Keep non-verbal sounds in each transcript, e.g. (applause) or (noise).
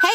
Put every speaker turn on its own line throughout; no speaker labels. Hey,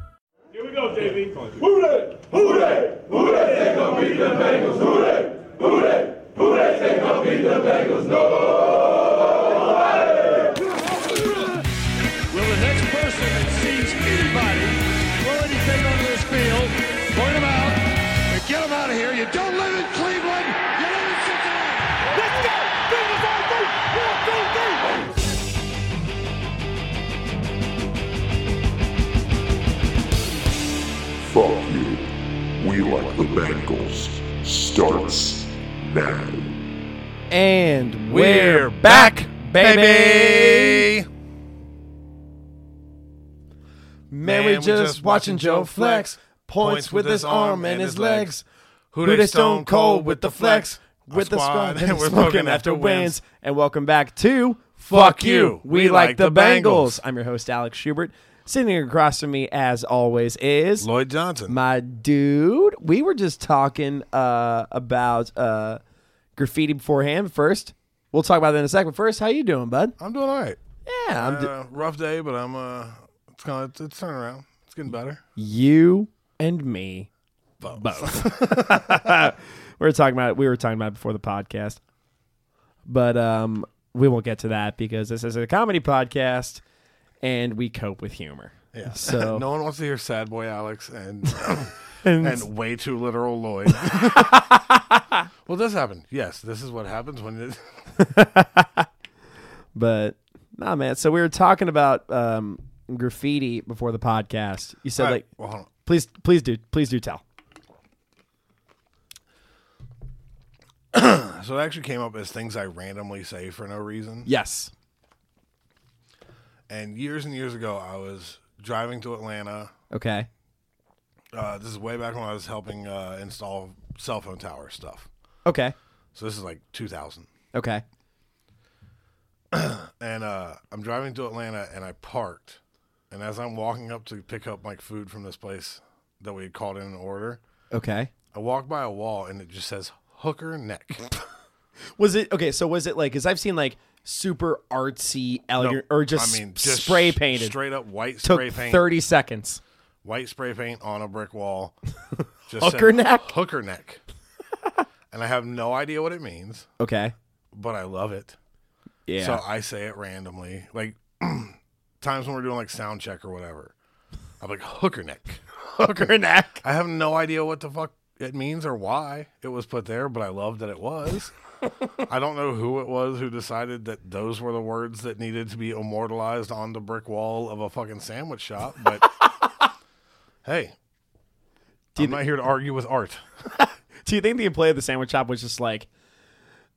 Here we go, JV.
Who they? Who they? Who they think gonna beat the Bengals? Who they? Who they? Who they think gonna beat the Bengals? Nobody.
Will the next person that sees anybody throw anything onto this field, point them out, and get them out of here? You don't live in Cleveland. You live in Cincinnati. Let's go. Bengals on three. One, two, three.
Fuck you. We like the Bengals. Starts now.
And
We're back, baby.
Man, we just watching Joe flex. Points with his arm and his legs.
Who
Who
they
they stone cold with the flex. With the squad, and we're smoking after wins. And welcome back to Fuck You. We like the Bengals. I'm your host, Alex Schubert. Sitting across from me, as always, is
Lloyd Johnson.
my dude. We were just talking uh, about uh, graffiti beforehand. First, we'll talk about that in a second. First, how you doing, bud?
I'm doing all right.
Yeah, I'm d-
Uh, rough day, but I'm. Uh, it's kind of it's, it's turning around. It's getting better.
you and me
Both.
(laughs) we were talking about we were talking about it before the podcast, but um, we won't get to that because this is a comedy podcast, and we cope with humor.
Yeah.
(laughs)
(laughs)
So
no one wants to hear sad boy Alex and (laughs)
and,
and way too literal (laughs) Lloyd. well, this happened. Yes, this is what happens when it,
but nah, man. So we were talking about um, graffiti before the podcast. You said like,
well, hold on.
please, please do, please do tell.
So it actually came up as things I randomly say for no reason.
Yes.
And years and years ago, I was driving to Atlanta.
Okay.
Uh, this is way back when I was helping uh, install cell phone tower stuff.
Okay.
So this is like 2000.
Okay.
And uh, I'm driving to Atlanta and I parked. And as I'm walking up to pick up like food from this place that we had called in an order,
Okay.
I walk by a wall and it just says hooker neck. (laughs)
Was it okay? So was it like? Because I've seen like super artsy, elegant, or just, spray
s-
painted.
Straight up white
Took
spray paint.
thirty seconds.
white spray paint on a brick
(laughs)
wall. Just
Hooker
said,
neck?
Hooker neck. (laughs) and I have no idea what it means,
Okay.
but I love it.
Yeah.
So I say it randomly. Like (clears throat) times when we're doing like sound check or whatever. I'm like, hooker neck. (laughs)
hooker neck.
I have no idea what the fuck it means or why it was put there, but I love that it
(laughs)
was. I don't know who it was who decided that those were the words that needed to be immortalized on the brick wall of a fucking sandwich shop,
(laughs)
but hey,
Do you
I'm not here to argue with art.
Do you think the employee of the sandwich shop was just like,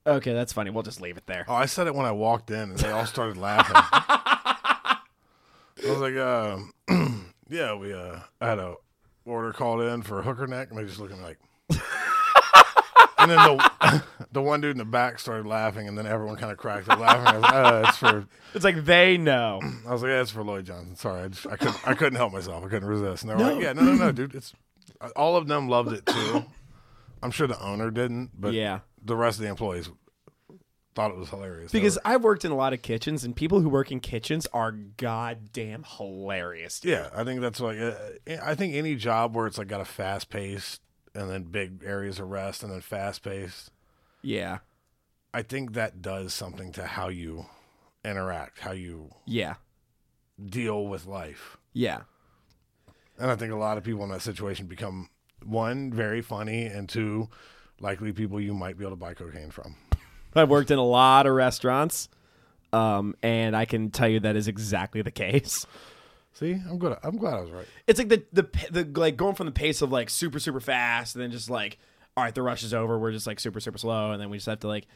okay, that's funny. We'll just leave it there.
Oh, I said it when I walked in, and they all started
(laughs)
laughing. I was like, uh, (clears throat) "Yeah, we uh, I had a order called in for a hooker neck," and they just looking
(laughs)
like. and then the (laughs) the one dude in the back started laughing, and then everyone kind of cracked up laughing. I was like, uh, "It's for,"
It's like they know.
I was like, "Yeah, it's for Lloyd Johnson." Sorry, I, just, I couldn't I couldn't help myself. I couldn't resist. And they were like, "Yeah, no, no,
(laughs)
no, dude, it's." All of them loved it too. I'm sure the owner didn't, (clears throat) but
Yeah.
the rest of the employees thought it was hilarious. They
Because
were-
I've worked in a lot of kitchens, and people who work in kitchens are goddamn hilarious. dude.
Yeah, I think that's like uh, I think any job where it's like got a fast pace and then big areas of rest and then fast paced.
Yeah.
I think that does something to how you interact, how you
Yeah.
deal with life.
Yeah.
And I think a lot of people in that situation become one very funny and two likely people you might be able to buy cocaine from.
I've worked in a lot of restaurants, um, and I can tell you that is exactly the case.
See, I'm good. I'm glad I was right.
It's like the the p- the like going from the pace of like super super fast, and then just like all right, the rush is over. We're just like super super slow, and then we just have to like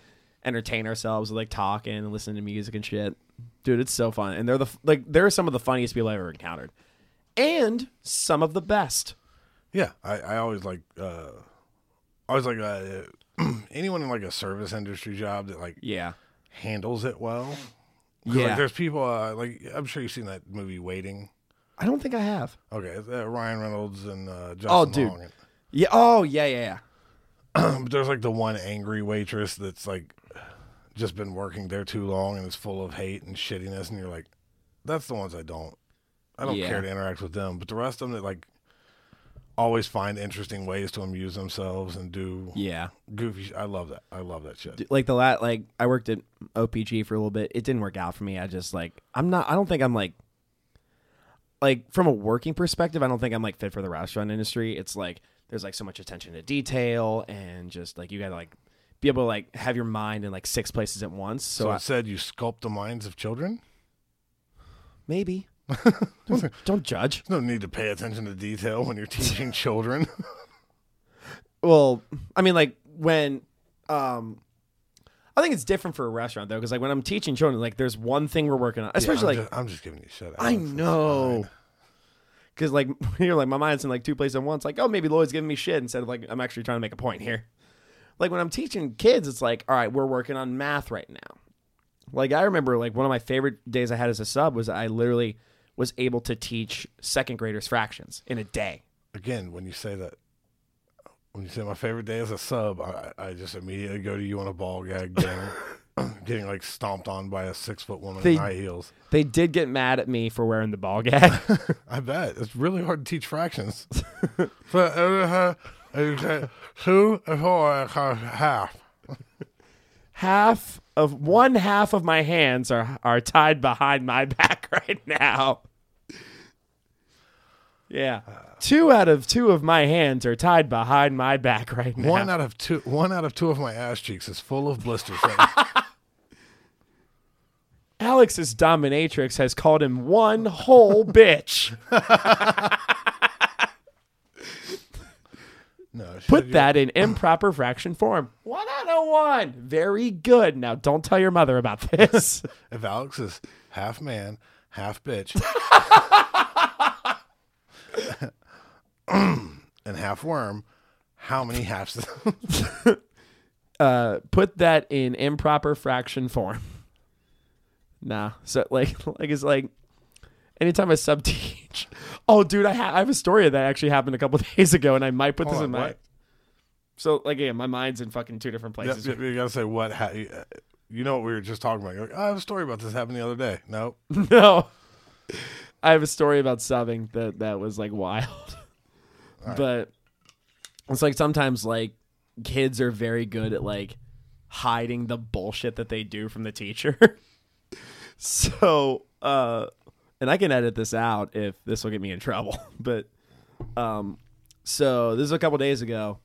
entertain ourselves with like talking and listening to music and shit. Dude, it's so fun, and they're the f- like they're some of the funniest people I've ever encountered, and some of the best.
Yeah, I, I always like uh, I was like uh, (clears throat) anyone in like a service industry job that like
Yeah.
handles it well. 'Cause,
Yeah.
like, there's people uh, like I'm sure you've seen that movie Waiting.
I don't think I have.
Okay, it's, uh, Ryan Reynolds and uh, Justin
Oh, dude.
Long.
Yeah. Oh, yeah, yeah, yeah.
But there's like the one angry waitress that's like just been working there too long and is full of hate and shittiness, and you're like, that's the ones I don't, I don't
Yeah.
care to interact with them. But the rest of them that like always find interesting ways to amuse themselves and do
Yeah.
goofy. sh- I love that. I love that shit.
like the lat like I worked at OPG for a little bit. It didn't work out for me. I just like I'm not I don't think I'm like like from a working perspective, I don't think I'm like fit for the restaurant industry. It's like there's like so much attention to detail and just like you gotta like be able to like have your mind in like six places at once. So,
so
I-
it said you sculpt the minds of children.
(laughs)
(laughs)
maybe don't, don't judge.
There's no need to pay attention to detail when you're (laughs) teaching children.
Well, I mean, like when, um, I think it's different for a restaurant though, because like when I'm teaching children, like there's one thing we're working on,
I'm,
especially like
just, I'm just giving you shit.
I know. Because like (laughs) you're like my mind's in like two places at once. Like oh maybe Lloyd's giving me shit instead of like I'm actually trying to make a point here. Like when I'm teaching kids, it's like all right we're working on math right now. Like I remember like one of my favorite days I had as a sub was I literally was able to teach second graders fractions in a day.
again, when you say that, when you say my favorite day is a sub, I, I just immediately go to you on a ball gag, (laughs) getting, (clears throat) getting like stomped on by a six foot woman
They-
in high heels.
They did get mad at me for wearing the ball gag. (laughs)
I bet it's really hard to teach fractions. (laughs) so, uh, uh, uh, two, uh, four, uh, half.
half of one half of my hands are are tied behind my (laughs) back right now. Yeah. Two out of two of my hands are tied behind my back right now.
One out of two, one out of two of my ass cheeks is full of (laughs) blisters. right now.
Alex's dominatrix has called him
(laughs)
one whole bitch.
no, she
Put
said,
that in improper fraction form. One out of one. Very good. Now don't tell your mother about
(laughs)
this.
If Alex is half man, half bitch, and half worm, how many halves?
put that in improper fraction form. (laughs) Nah. So like (laughs) like it's like anytime I sub teach. (laughs) Oh dude, I, ha- I have a story that actually happened a couple (laughs) days ago and I might put this
Hold
in
on,
my
what?
So like yeah, my mind's in fucking two different places.
you, you gotta say what? Ha- you- uh, you know what we were just talking about? You're like, "Oh, I have a story about this happened the other day. No,
(laughs) No. I have a story about subbing that that was like wild. But it's like sometimes like kids are very good at like hiding the bullshit that they do from the teacher. (laughs) so, uh and I can edit this out if this will get me in trouble, (laughs) but um so this is a couple days ago.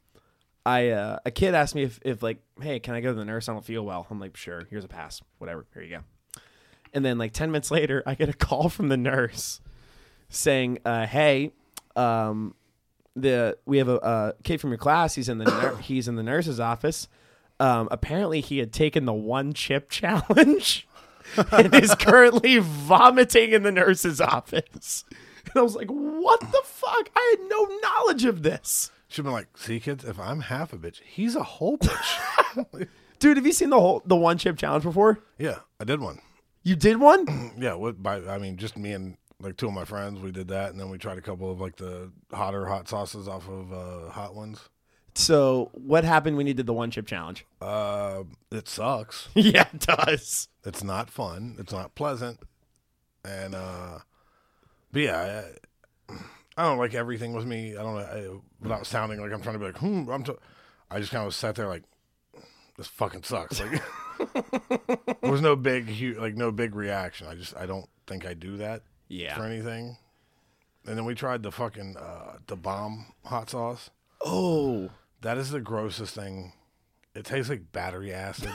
I uh, a kid asked me if, if like, hey, can I go to the nurse? I don't feel well. I'm like, sure. Here's a pass. Whatever. Here you go. And then like 10 minutes (laughs) later, I get a call from the nurse saying, uh, "Hey, um, the we have a, a kid from your class. He's in (coughs) the nur- he's in the nurse's office. Um, apparently, he had taken the one chip (laughs) challenge and (laughs) is currently vomiting in the nurse's office." And I was like, "What the fuck? I had no knowledge of this."
she'd been like, "See, kids, if I'm half a bitch, he's a whole bitch."
Dude, have you seen the whole the one chip challenge before?
yeah, I did one.
You did (coughs) one?
Yeah, what? By I mean, just me and like two of my friends. We did that, and then we tried a couple of like the hotter hot sauces off of uh, hot ones.
So, what happened when you did the one chip challenge?
Uh, it sucks.
yeah, it does.
It's not fun. It's not pleasant. And uh, but yeah, I, I don't like everything with me. I don't know. I, without sounding like I'm trying to be like, hmm, I'm. T-, I just kind of sat there like, this fucking sucks. Like, (laughs) there was no big, hu like no big reaction. I just, I don't think I do that
Yeah.
for anything. And then we tried the fucking uh, the bomb hot sauce.
Oh.
That is the grossest thing. It tastes like battery acid.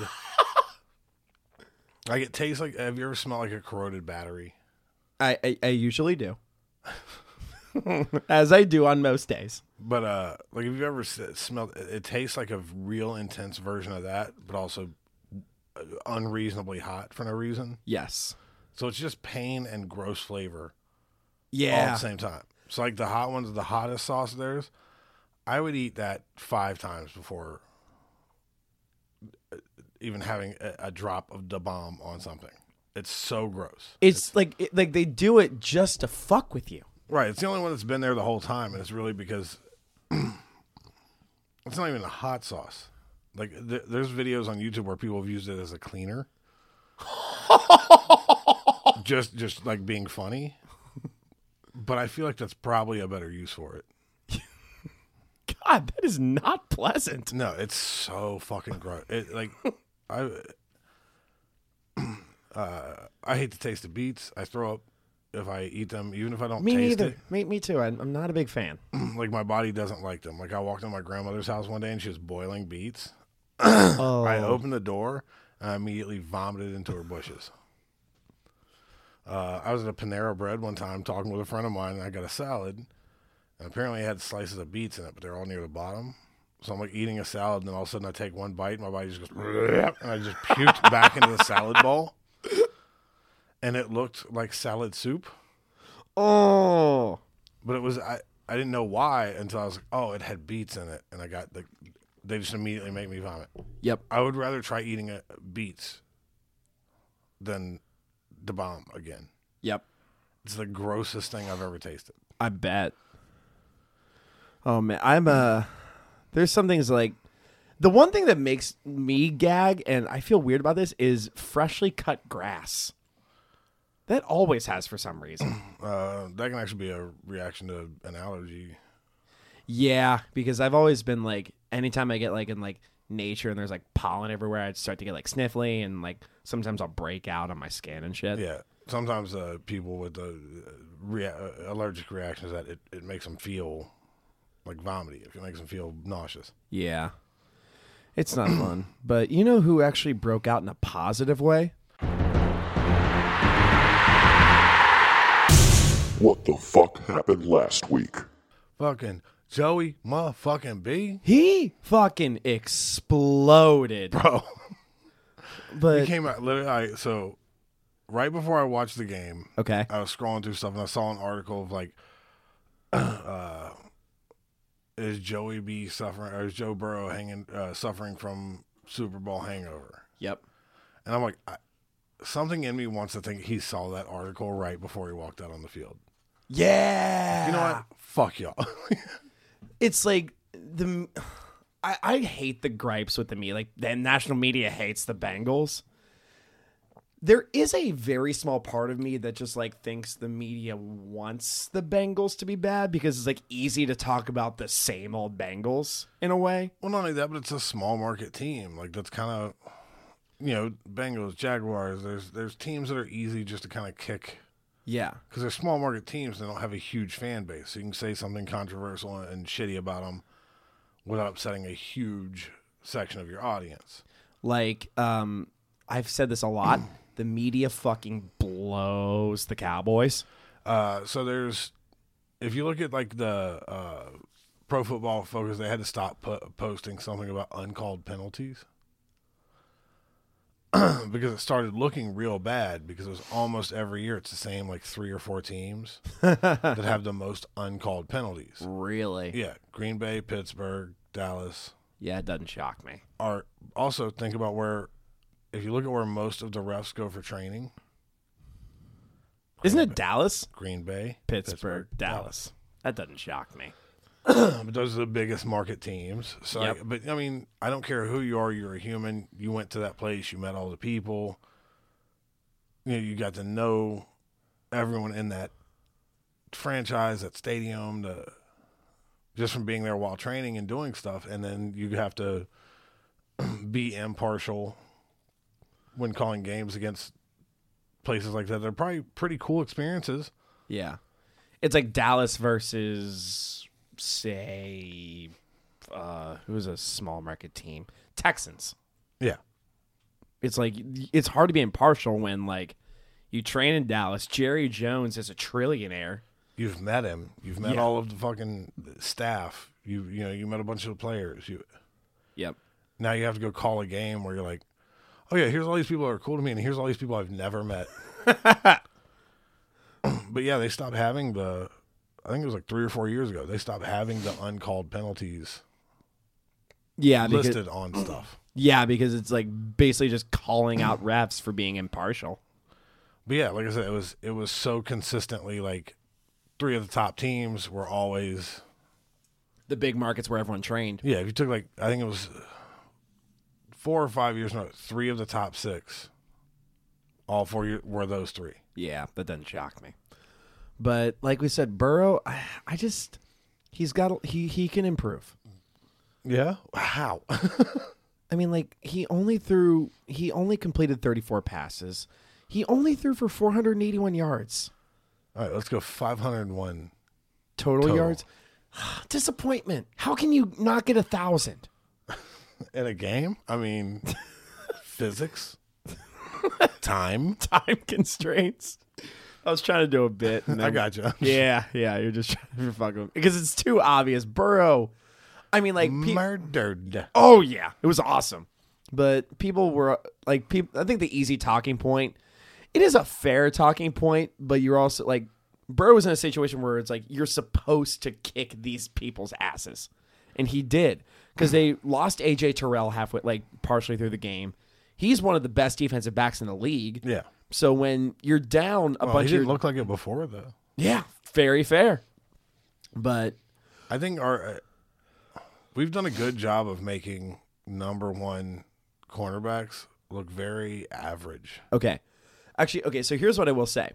like it tastes like. Have you ever smelled like a corroded battery?
I, I, I usually do. As I do on most days.
But uh, like, have you ever s- smelled? It, it tastes like a real intense version of that, but also uh, unreasonably hot for no reason.
Yes.
So it's just pain and gross flavor all at
Yeah.
the same time. So like the hot ones, the hottest sauce of theirs I would eat that five times before uh, even having a, a drop of the bomb on something. It's so gross.
It's like it, like they do it just to fuck with you.
Right. It's the only one that's been there the whole time, and it's really because (clears throat) it's not even a hot sauce. Like th- there's videos on YouTube where people have used it as a cleaner. just just like being funny. But I feel like that's probably a better use for it.
God, that is not pleasant.
No, it's so fucking gross. It
(laughs)
like I (clears throat) uh, I hate the taste of beets. I throw up if I eat them, even if I don't
Me
taste
neither. Me, me too. I, I'm not a big fan.
it. (clears throat) Like my body doesn't like them. Like I walked into my grandmother's house one day and she was boiling beets. (clears throat)
Oh,
I opened the door and I immediately vomited into her bushes. Uh, I was at a Panera Bread one time talking with a friend of mine, and I got a salad. And apparently, it had slices of beets in it, but they're all near the bottom. So I'm like eating a salad, and then all of a sudden, I take one bite, and my body just goes, (laughs) "Bleh," and I just puked back into the salad bowl. And it looked like salad soup,
oh.
but it was, I, I didn't know why until I was like, oh, it had beets in it. And I got the, they just immediately make me vomit.
Yep.
I would rather try eating a, beets than the bomb again.
Yep.
It's the grossest thing I've ever tasted.
I bet. Oh man, I'm uh there's some things like the one thing that makes me gag and I feel weird about this is freshly cut grass. That always has for some (clears throat) reason.
Uh, that can actually be a reaction to an allergy.
yeah, because I've always been like anytime I get like in like nature and there's like pollen everywhere, I'd start to get like sniffly and like sometimes I'll break out on my skin and shit.
Yeah. Sometimes uh, people with the uh, rea- uh, allergic reactions that it, it makes them feel like vomity. It makes them feel nauseous.
Yeah. It's not fun. But you know who actually broke out in a positive way?
What the fuck happened last week?
Fucking Joey motherfucking B.
He fucking exploded.
Bro.
But
It came out literally. I, so, right before I watched the game,
okay.
I was scrolling through stuff and I saw an article of like, (clears throat) uh, is Joey B suffering or is Joe Burrow hanging uh, suffering from Super Bowl hangover?
Yep.
And I'm like, I, something in me wants to think he saw that article right before he walked out on the field.
Yeah.
You know what? Fuck y'all. (laughs)
It's like the I, I hate the gripes with the media. Like the national media hates the Bengals. There is a very small part of me that just like thinks the media wants the Bengals to be bad because it's like easy to talk about the same old Bengals in a way.
well, not only that, but it's a small market team. Like that's kind of, you know, Bengals, Jaguars. There's there's teams that are easy just to kind of kick
Yeah.
because they're small market teams. They don't have a huge fan base. So you can say something controversial and shitty about them without upsetting a huge section of your audience.
Like um I've said this a (clears throat) lot. the media fucking blows the Cowboys.
Uh, so there's, if you look at like the uh, Pro Football Focus, they had to stop po- posting something about uncalled penalties (clears throat) because it started looking real bad because it was almost every year it's the same like three or four teams that have the most uncalled penalties.
Really?
Yeah, Green Bay, Pittsburgh, Dallas
Yeah, it doesn't shock me.
are also think about where if you look at where most of the refs go for training,
Isn't it Dallas?
Green Bay,
Pittsburgh, Dallas. That doesn't shock me.
But those are the biggest market teams. So, I,
Yep.
but I mean, I don't care who you are. You're a human. You went to that place. You met all the people. You know, you got to know everyone in that franchise, that stadium, the just from being there while training and doing stuff, and then you have to (clears throat) be impartial when calling games against places like that. They're probably pretty cool experiences.
Yeah. It's like Dallas versus say uh who was a small market team? Texans.
Yeah.
It's like it's hard to be impartial when like you train in Dallas. Jerry Jones is a trillionaire.
You've met him. You've met
Yeah.
all of the fucking staff. You you know you met a bunch of the players. You
Yep.
now you have to go call a game where you're like, oh yeah, here's all these people that are cool to me, and here's all these people (clears throat) I've never met. but yeah, they stopped having the I think it was like three or four years ago. They stopped having the uncalled penalties
Yeah, because,
listed on stuff.
yeah, because it's like basically just calling out refs for being impartial.
But yeah, like I said, it was it was so consistently like three of the top teams were always
The big markets where everyone trained.
yeah. If you took like I think it was four or five years, no, three of the top six, all four year, were those three.
Yeah, that doesn't shock me. But like we said, Burrow, I, I just he's got he he can improve.
Yeah, how? (laughs)
I mean, like he only threw he only completed 34 passes. He only threw for 481 yards
All right, let's go 501.
total,
Total.
yards. (sighs) Disappointment. How can you not get a thousand?
In a game? I mean, (laughs) physics, time.
(laughs) Time constraints. I was trying to do a bit. (laughs) and
I
then-
got you.
Yeah, yeah. You're just trying to fuck him because it's too obvious. Burrow. I mean, like pe-
Murdered.
Oh yeah, it was awesome. But people were like, people. I think the easy talking point. It is a fair talking point, but you're also like, Burrow was in a situation where it's like you're supposed to kick these people's asses, and he did because they lost AJ Terrell halfway, like partially through the game. He's one of the best defensive backs in the league.
Yeah.
So when you're down a
Well, he
bunch
didn't
of
look like it before, though.
yeah, very fair. But
I think our uh, we've done a good job of making number one cornerbacks look very average.
Okay. Actually, okay, so here's what I will say.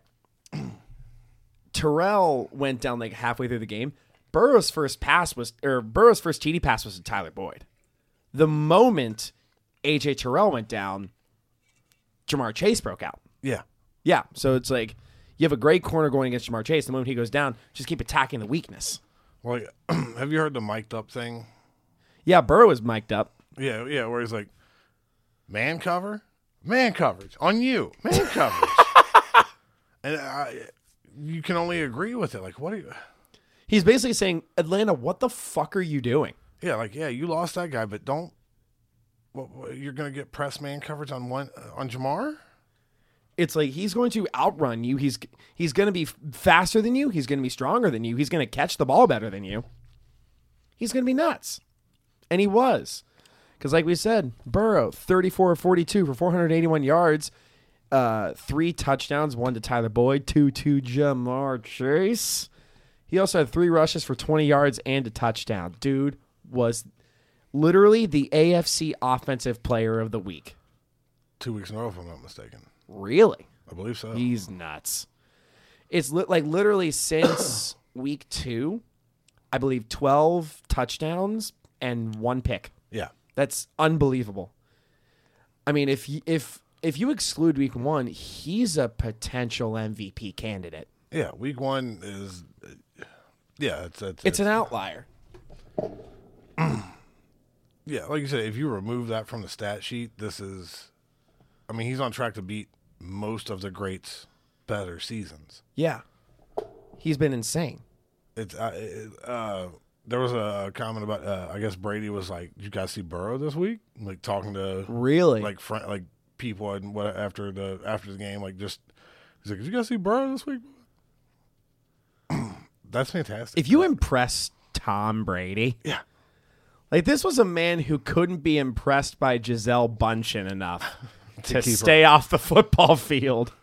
Terrell went down like halfway through the game. Burrow's first pass was or Burrow's first TD pass was to Tyler Boyd. The moment AJ Terrell went down, Jamar Chase broke out.
Yeah.
Yeah, so it's like you have a great corner going against Jamar Chase. The moment he goes down, just keep attacking the weakness.
Well, Like, (clears throat) have you heard the mic'd up thing?
Yeah, Burrow is mic'd up.
Yeah, yeah, where he's like, man cover, man coverage on you, man coverage, and I, you can only agree with it. Like, what? Are you,
He's basically saying, Atlanta, what the fuck are you doing?
yeah, like, yeah, you lost that guy, but don't. What, what, you're gonna get press man coverage on one uh, on Jamar.
it's like he's going to outrun you. He's he's going to be f- faster than you. He's going to be stronger than you. He's going to catch the ball better than you. He's going to be nuts, and he was, because like we said, Burrow thirty four of forty two for four hundred eighty one yards, uh, three touchdowns, one to Tyler Boyd, two to Jamar Chase. He also had three rushes for twenty yards and a touchdown. Dude was literally the AFC offensive player of the week.
Two weeks in a row, if I'm not mistaken.
Really.
I believe so.
He's nuts. It's li- like literally since week two, I believe 12 touchdowns and one pick.
yeah,
That's unbelievable. I mean, if y- if if you exclude week one, he's a potential MVP candidate.
yeah. Week one is, uh, yeah, it's it's,
It's an outlier.
yeah. Like you said, if you remove that from the stat sheet, this is, I mean, he's on track to beat most of the greats' better seasons.
Yeah, he's been insane.
it's uh, it, uh there was a comment about uh, I guess Brady was like, "You guys see Burrow this week?" Like talking to
Really?
like friend like people and what after the after the game like just he's like, "Did you guys see Burrow this week?" (clears throat) That's fantastic.
if you impress Tom Brady,
yeah,
like this was a man who couldn't be impressed by Giselle Bundchen enough to,
keep her.
stay off the football (laughs) field.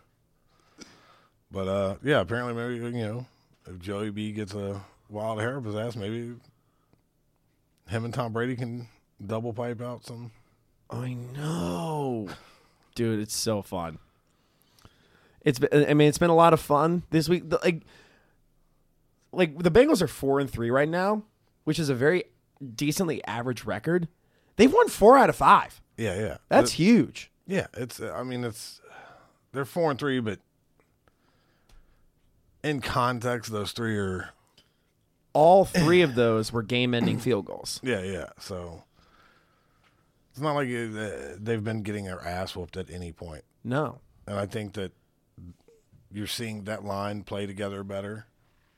but uh yeah, apparently maybe you know if Joey B gets a wild hair up his ass, maybe him and Tom Brady can double pipe out some.
I know, dude. It's so fun. It's been, I mean, it's been a lot of fun this week. The- Like, like the Bengals are four and three right now, which is a very decently average record. They've won four out of five.
Yeah, yeah.
That's huge.
Yeah, it's. uh, I mean, it's. They're four and three, but in context, those three are.
All three of those were game-ending field goals.
Yeah, yeah. So it's not like it, uh, they've been getting their ass whooped at any point,
No.
and I think that you're seeing that line play together better.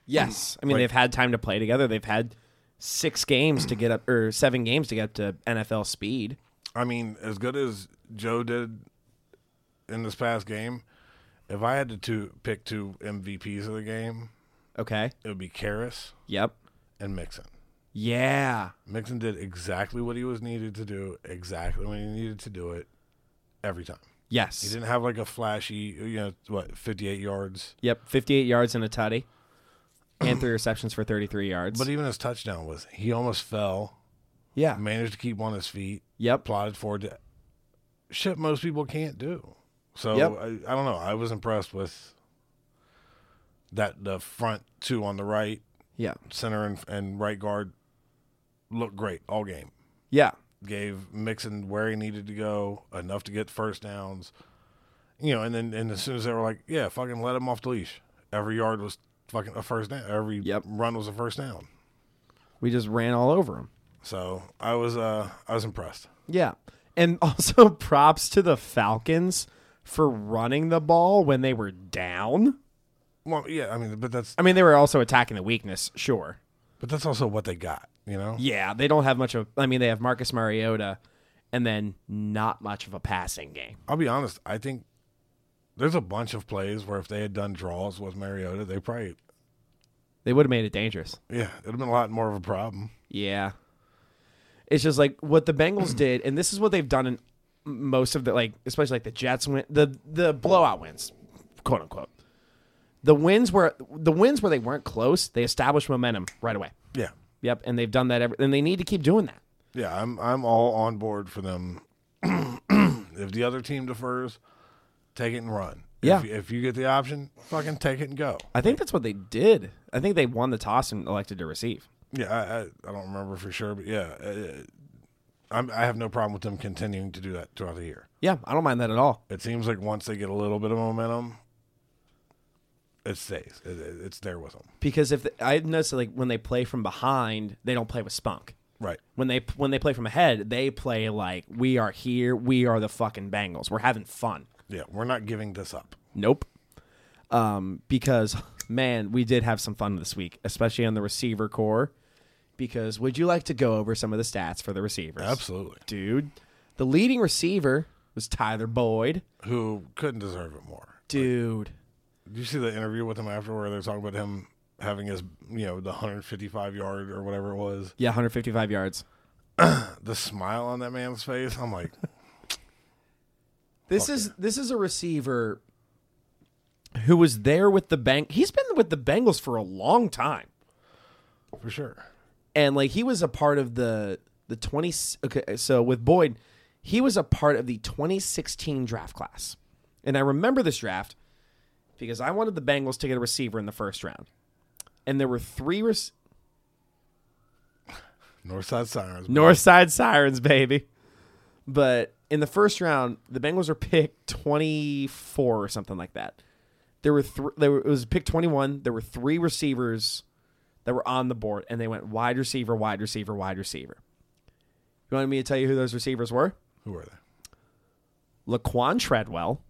Yes, I mean
Like-
they've had time to play together. They've had six games to get up, or seven games to get up to NFL speed.
I mean, as good as Joe did in this past game, if I had to two, pick two MVPs of the game,
Okay.
It would be Karras
Yep.
and Mixon.
Yeah.
Mixon did exactly what he was needed to do, exactly when he needed to do it, every time. He
Yes.
didn't have like a flashy, you know, what, 58 yards.
Yep. 58 yards and a tutty, and three receptions for 33 yards.
But even his touchdown was, he almost fell,
yeah.
managed to keep on his feet,
Yep.
plotted forward to shit most people can't do. So
Yep.
I, I don't know. I was impressed with that the front two on the right,
Yeah.
center and, and right guard looked great all game.
Yeah.
gave Mixon where he needed to go, enough to get first downs. You know, and then and as soon as they were like, yeah, fucking let him off the leash. Every yard was fucking a first down. Every
Yep.
run was a first down.
We just ran all over him.
So I was uh I was impressed.
Yeah. And (laughs) also props to the Falcons for running the ball when they were down.
Well, yeah, I mean, but that's
I mean, they were also attacking the weakness, sure.
but that's also what they got. You know,
Yeah, they don't have much of I mean, they have Marcus Mariota and then not much of a passing game.
I'll be honest. I think there's a bunch of plays where if they had done draws with Mariota, they probably
They would have made it dangerous.
yeah, it'd have been a lot more of a problem.
Yeah. It's just like what the Bengals (clears throat) did, and this is what they've done in most of the like, especially like the Jets win the the blowout wins, quote unquote. The wins where the wins where they weren't close, they established momentum right away.
Yeah,
Yep, and they've done that every, and they need to keep doing that.
Yeah, I'm I'm all on board for them. (clears throat) if the other team defers, take it and run.
Yeah.
If, if you get the option, fucking take it and go.
I think that's what they did. I think they won the toss and elected to receive.
Yeah, I, I, I don't remember for sure, but yeah, uh, I'm, I have no problem with them continuing to do that throughout the year.
Yeah, I don't mind that at all.
It seems like once they get a little bit of momentum, it stays. It, it- it's there with them.
Because if the, I noticed like when they play from behind, they don't play with spunk.
Right.
When they when they play from ahead, they play like we are here, we are the fucking Bengals. We're having fun.
Yeah, we're not giving this up.
Nope. Um, because man, we did have some fun this week, especially on the receiver core. Because would you like to go over some of the stats for the receivers?
Absolutely.
dude. The leading receiver was Tyler Boyd,
Who couldn't deserve it more?
dude.
Did you see the interview with him after where they're talking about him having his, you know, the 155 yard or whatever it was?
Yeah, 155 yards.
The smile on that man's face, I'm like, (laughs)
This is this is a receiver who was there with the bank. He's been with the Bengals for a long time.
for sure.
and like he was a part of the the 20 okay so with boyd he was a part of the 2016 draft class and i remember this draft because i wanted the bengals to get a receiver in the first round and there were three rec-
Northside Sirens.
northside sirens baby but in the first round the bengals were picked 24 or something like that there were three there were, it was pick 21 there were three receivers that were on the board and they went wide receiver wide receiver wide receiver you wanted me to tell you who those receivers were
Who are they?
laquan treadwell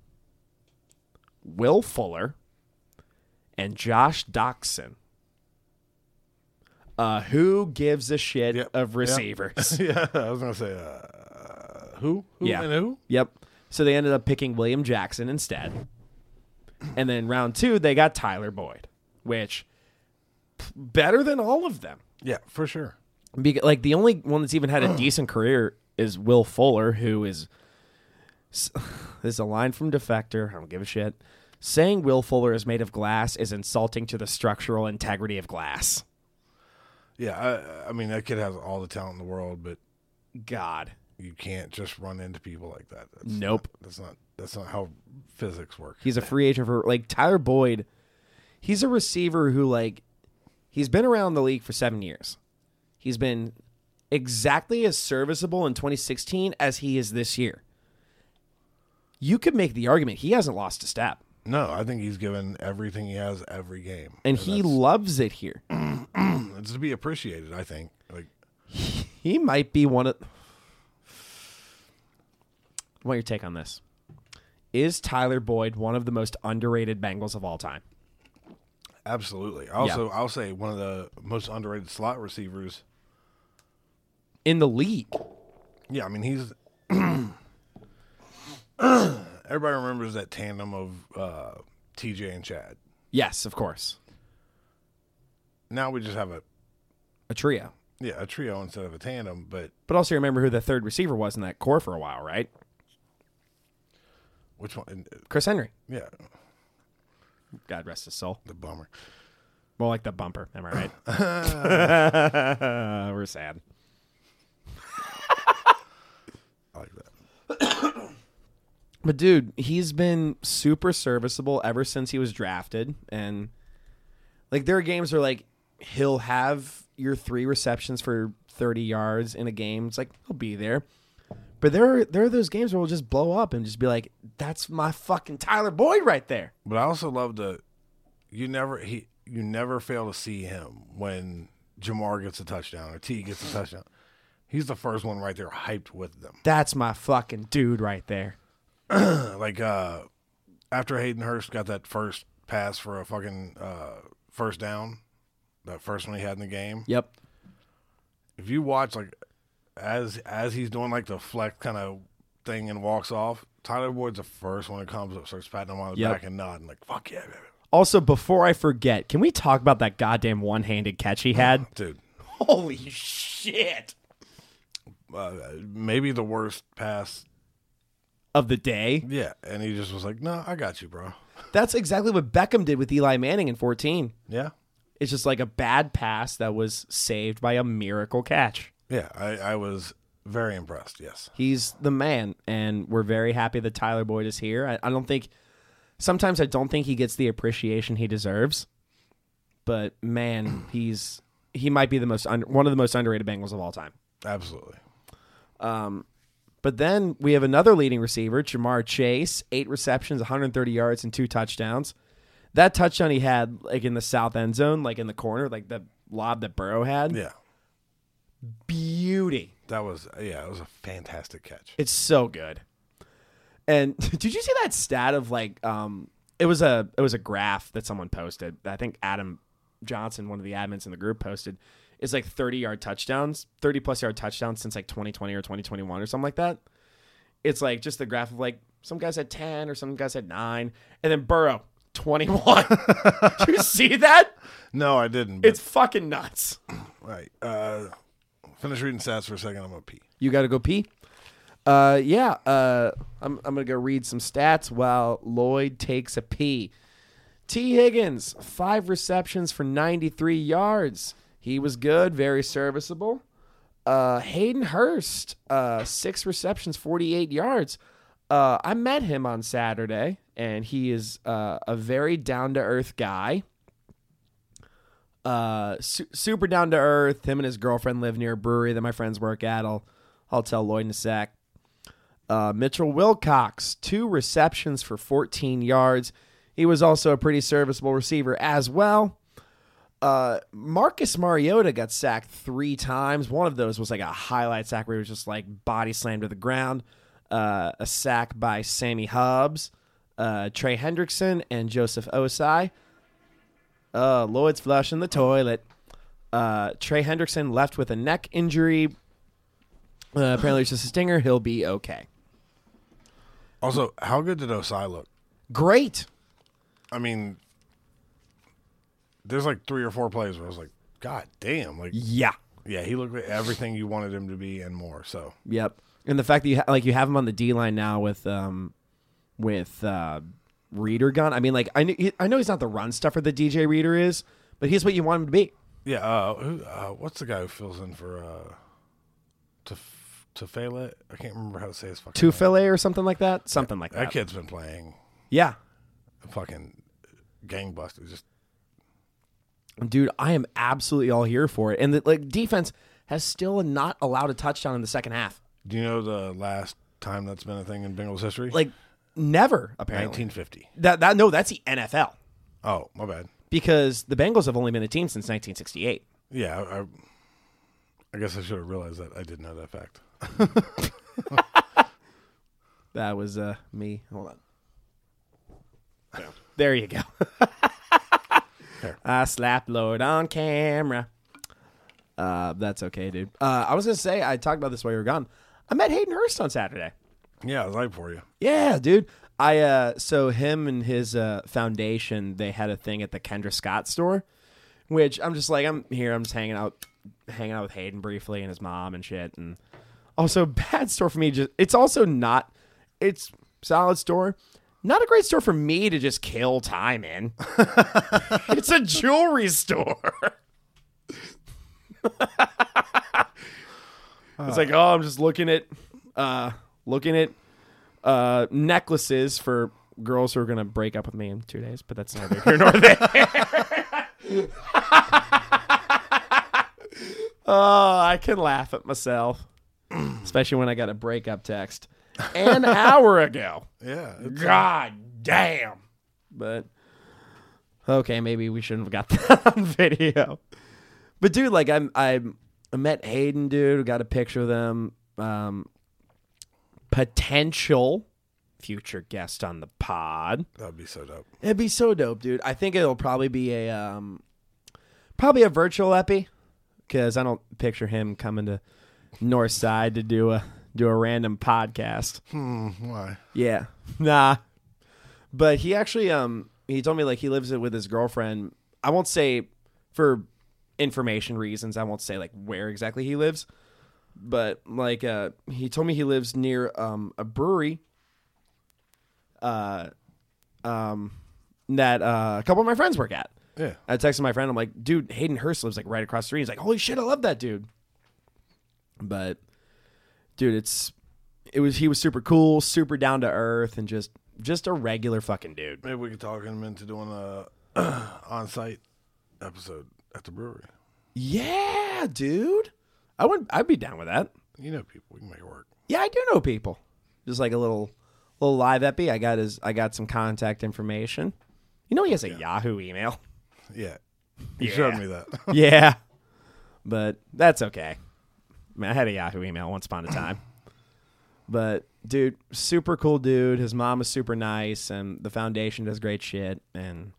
will fuller and josh doxson uh, who gives a shit
Yep,
of
yep. (laughs)
receivers
yeah, I was gonna say uh, who? Who
Yeah.
and who?
Yep. So they ended up picking William Jackson instead. And then round two, they got Tyler Boyd, which p- better than all of them.
Yeah, for sure.
Be- like the only one that's
(clears throat)
even had a decent career is Will Fuller, who is s- (sighs) this is a line from Defector. I don't give a shit. Saying Will Fuller is made of glass is insulting to the structural integrity of glass.
Yeah, I, I mean that kid has all the talent in the world, but
God.
you can't just run into people like that. That's
Nope.
Not, that's not that's not how physics work.
He's a free agent for like Tyler Boyd. He's a receiver who like he's been around the league for 7 years. He's been exactly as serviceable in 2016 as he is this year. You could make the argument he hasn't lost a step
No, I think he's given everything he has every game,
and he
that's-
loves it here.
it's to be appreciated. I think like
He might be one of I want your take on this. Is Tyler Boyd one of the most underrated Bengals of all time?
absolutely. Also, I'll say one of the most underrated slot receivers
In the league.
Yeah, I mean he's. (clears throat) Everybody remembers that tandem of uh, TJ and Chad.
Yes, of course.
now we just have a
a trio.
yeah a trio instead of a tandem. But
But also remember who the third receiver was in that core for a while, right?
which one? and, uh,
Chris Henry.
Yeah,
God rest his soul.
the bummer.
More like the bumper. Am I right? (laughs) We're sad.
I like that.
But dude, he's been super serviceable ever since he was drafted, and like there are games where like he'll have your three receptions for thirty yards in a game. It's like he'll be there, but there are, there are those games where we'll just blow up and just be like, "That's my fucking Tyler Boyd right there."
But I also love the you never he you never fail to see him when Jamar gets a touchdown or T gets a touchdown. He's the first one right there hyped with them.
That's my fucking dude right there.
like uh after Hayden Hurst got that first pass for a fucking uh first down, that first one he had in the game.
Yep.
If you watch like as as he's doing like the flex kind of thing and walks off, Tyler Boyd's the first one that comes up, starts patting him on the
Yep.
back and nodding like "fuck yeah, baby."
Also, before I forget, can we talk about that goddamn one-handed catch he (laughs) had?
dude.
Holy shit!
Uh, maybe the worst pass.
Of the day.
Yeah, and he just was like, "No, I got you, bro."
That's exactly what Beckham did with Eli Manning in 14.
Yeah,
It's just like a bad pass that was saved by a miracle catch.
yeah. I I was very impressed. Yes.
He's the man, and we're very happy that Tyler Boyd is here. I, I don't think, sometimes I don't think he gets the appreciation he deserves, but man, he's he might be the most under, one of the most underrated Bengals of all time.
Absolutely.
But then we have another leading receiver, Jamar Chase, eight receptions, 130 yards, and two touchdowns. That touchdown he had, like in the south end zone, like in the corner, like the lob that Burrow had,
Yeah.
beauty.
That was yeah, it was a fantastic catch.
It's so good. And (laughs) did you see that stat of like um it was a it was a graph that someone posted. that I think Adam Johnson, one of the admins in the group posted. It's like 30 yard touchdowns, 30 plus yard touchdowns since like 2020 or 2021 or something like that. It's like just the graph of like some guys had 10 or some guys had 9 and then Burrow 21. (laughs) Did you see that?
No, I didn't. But,
It's fucking nuts.
right. Uh, finish reading stats for a second. I'm gonna pee.
You got to go pee. Uh, yeah. Uh, I'm I'm gonna go read some stats while Lloyd takes a pee. T. Higgins, five receptions for 93 yards. He was good, very serviceable. Uh, Hayden Hurst, uh, six receptions, 48 yards. Uh, I met him on Saturday, and he is uh, a very down to earth guy. Uh, su- super down to earth. Him and his girlfriend live near a brewery that my friends work at. I'll, I'll tell Lloyd in a sec. Uh, Mitchell Wilcox, two receptions for 14 yards. He was also a pretty serviceable receiver as well. Uh, Marcus Mariota got sacked three times. One of those was like a highlight sack where he was just like body slammed to the ground. Uh, a sack by Sammy Hubbs, uh, Trey Hendrickson, and Joseph Osai. Uh, Lloyd's flushing the toilet. Uh, Trey Hendrickson left with a neck injury. Uh, apparently, it's just a stinger. He'll be okay.
Also, how good did Osai look?
Great.
I mean, there's like three or four plays where I was like, God damn! Like,
Yeah.
yeah, he looked like everything you wanted him to be and more. So,
Yep. And the fact that you ha- like you have him on the D line now with um with uh Reader gun. I mean, like I knew he, I know he's not the run stuffer that DJ Reader is, but he's what you want him to be.
yeah, uh, who, uh what's the guy who fills in for uh, to to fail it? I can't remember how to say his fucking
Two
name.
fillet or something like that. Something like that.
That kid's been playing
Yeah.
fucking gangbusters. Just
Dude, I am absolutely all here for it. And the like defense has still not allowed a touchdown in the second half.
do you know the last time that's been a thing in Bengals history?
(laughs) Like never apparently.
1950.
That that no, that's the NFL
Oh, my bad.
because the Bengals have only been a team since 1968.
Yeah, I, I, I guess I should have realized that. I did know that fact.
That was uh me. Hold on. There you go. (laughs) I slapped Lord on camera. Uh, that's okay, dude. Uh, I was gonna say I talked about this while you were gone. I met Hayden Hurst on Saturday.
(laughs) Yeah, I was like for you.
Yeah, dude. I uh so him and his uh foundation, they had a thing at the Kendra Scott store Which I'm just like, I'm here, I'm just hanging out, hanging out with Hayden briefly and his mom and shit. And also, (laughs) bad store for me. Just it's also not, it's solid store. Not a great store for me to just kill time in. it's a jewelry store. it's like, oh, I'm just looking at, uh, looking at uh, necklaces for girls who are gonna break up with me in two days, but that's neither here nor there. (laughs) oh, I can laugh at myself, especially when I got a breakup text an hour ago.
Yeah.
God damn. But okay, maybe we shouldn't have got (laughs) that on video. But dude, like I'm I'm I met Hayden, dude, got a picture of them. Um potential future guest on the pod.
That'd be so dope.
It'd be so dope, dude. I think it'll probably be a um probably a virtual epi cuz I don't picture him coming to North Side to do a do a random podcast.
Why?
Yeah. (laughs) Nah. But he actually um he told me like he lives it with his girlfriend. I won't say for information reasons, I won't say like where exactly he lives. But like uh he told me he lives near um a brewery uh um that uh, a couple of my friends work at.
Yeah.
I texted my friend, I'm like, dude, Hayden Hurst lives like right across the street. He's like, Holy shit, I love that dude. But dude, it's it was he was super cool, super down to earth, and just just a regular fucking dude.
Maybe we could talk him into doing a (clears throat) on-site episode at the brewery.
Yeah, dude. I would I'd be down with that.
You know people. We can make it work.
Yeah, I do know people. Just like a little little live epi. I got his I got some contact information. You know he has a Yahoo email.
Yeah. You showed me that. (laughs)
yeah. But that's okay. I mean, I had a Yahoo email once upon a time. but dude, super cool dude. His mom is super nice and the foundation does great shit and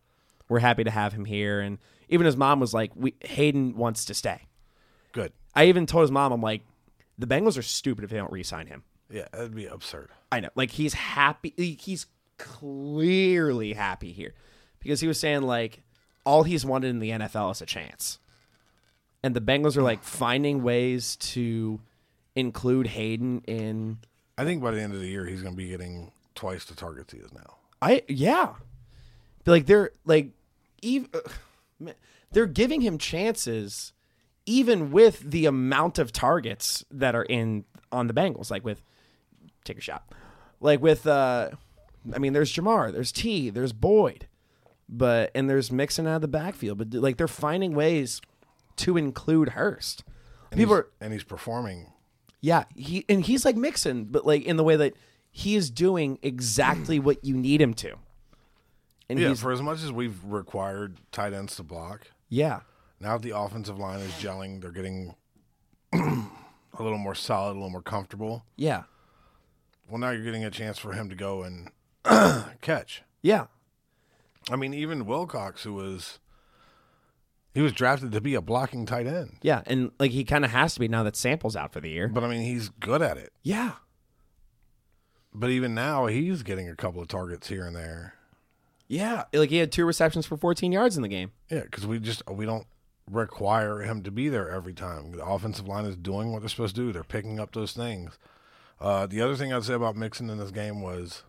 we're happy to have him here and even his mom was like, We Hayden wants to stay.
Good.
I even told his mom, I'm like, the Bengals are stupid if they don't re sign him.
Yeah, that'd be absurd.
I know. Like he's happy. he- He's clearly happy here because he was saying like all he's wanted in the NFL is a chance, and the Bengals are like finding ways to include Hayden in.
I think by the end of the year, he's going to be getting twice the targets he is now.
I yeah, But, like they're like, even they're giving him chances, even with the amount of targets that are in on the Bengals. Like with take a shot. Like with uh I mean there's Jamar, there's T, there's Boyd, but and there's mixing out of the backfield, but like they're finding ways to include Hurst. People are
And he's performing.
yeah, he and he's like mixing, but like in the way that he is doing exactly what you need him to. And
Yeah,
he's
for as much as we've required tight ends to block,
yeah.
now the offensive line is gelling. They're getting (clears throat) a little more solid, a little more comfortable.
Yeah.
Well, now you're getting a chance for him to go and (clears throat) catch.
Yeah.
I mean, even Wilcox, who was he was drafted to be a blocking tight end,
Yeah, and like he kind of has to be now that samples out for the year.
but I mean, he's good at it.
Yeah.
But even now, he's getting a couple of targets here and there.
Yeah, like he had two receptions for 14 yards in the game.
Yeah, because we just we don't require him to be there every time. The offensive line is doing what they're supposed to do. They're picking up those things. Uh, the other thing I'd say about Mixon in this game was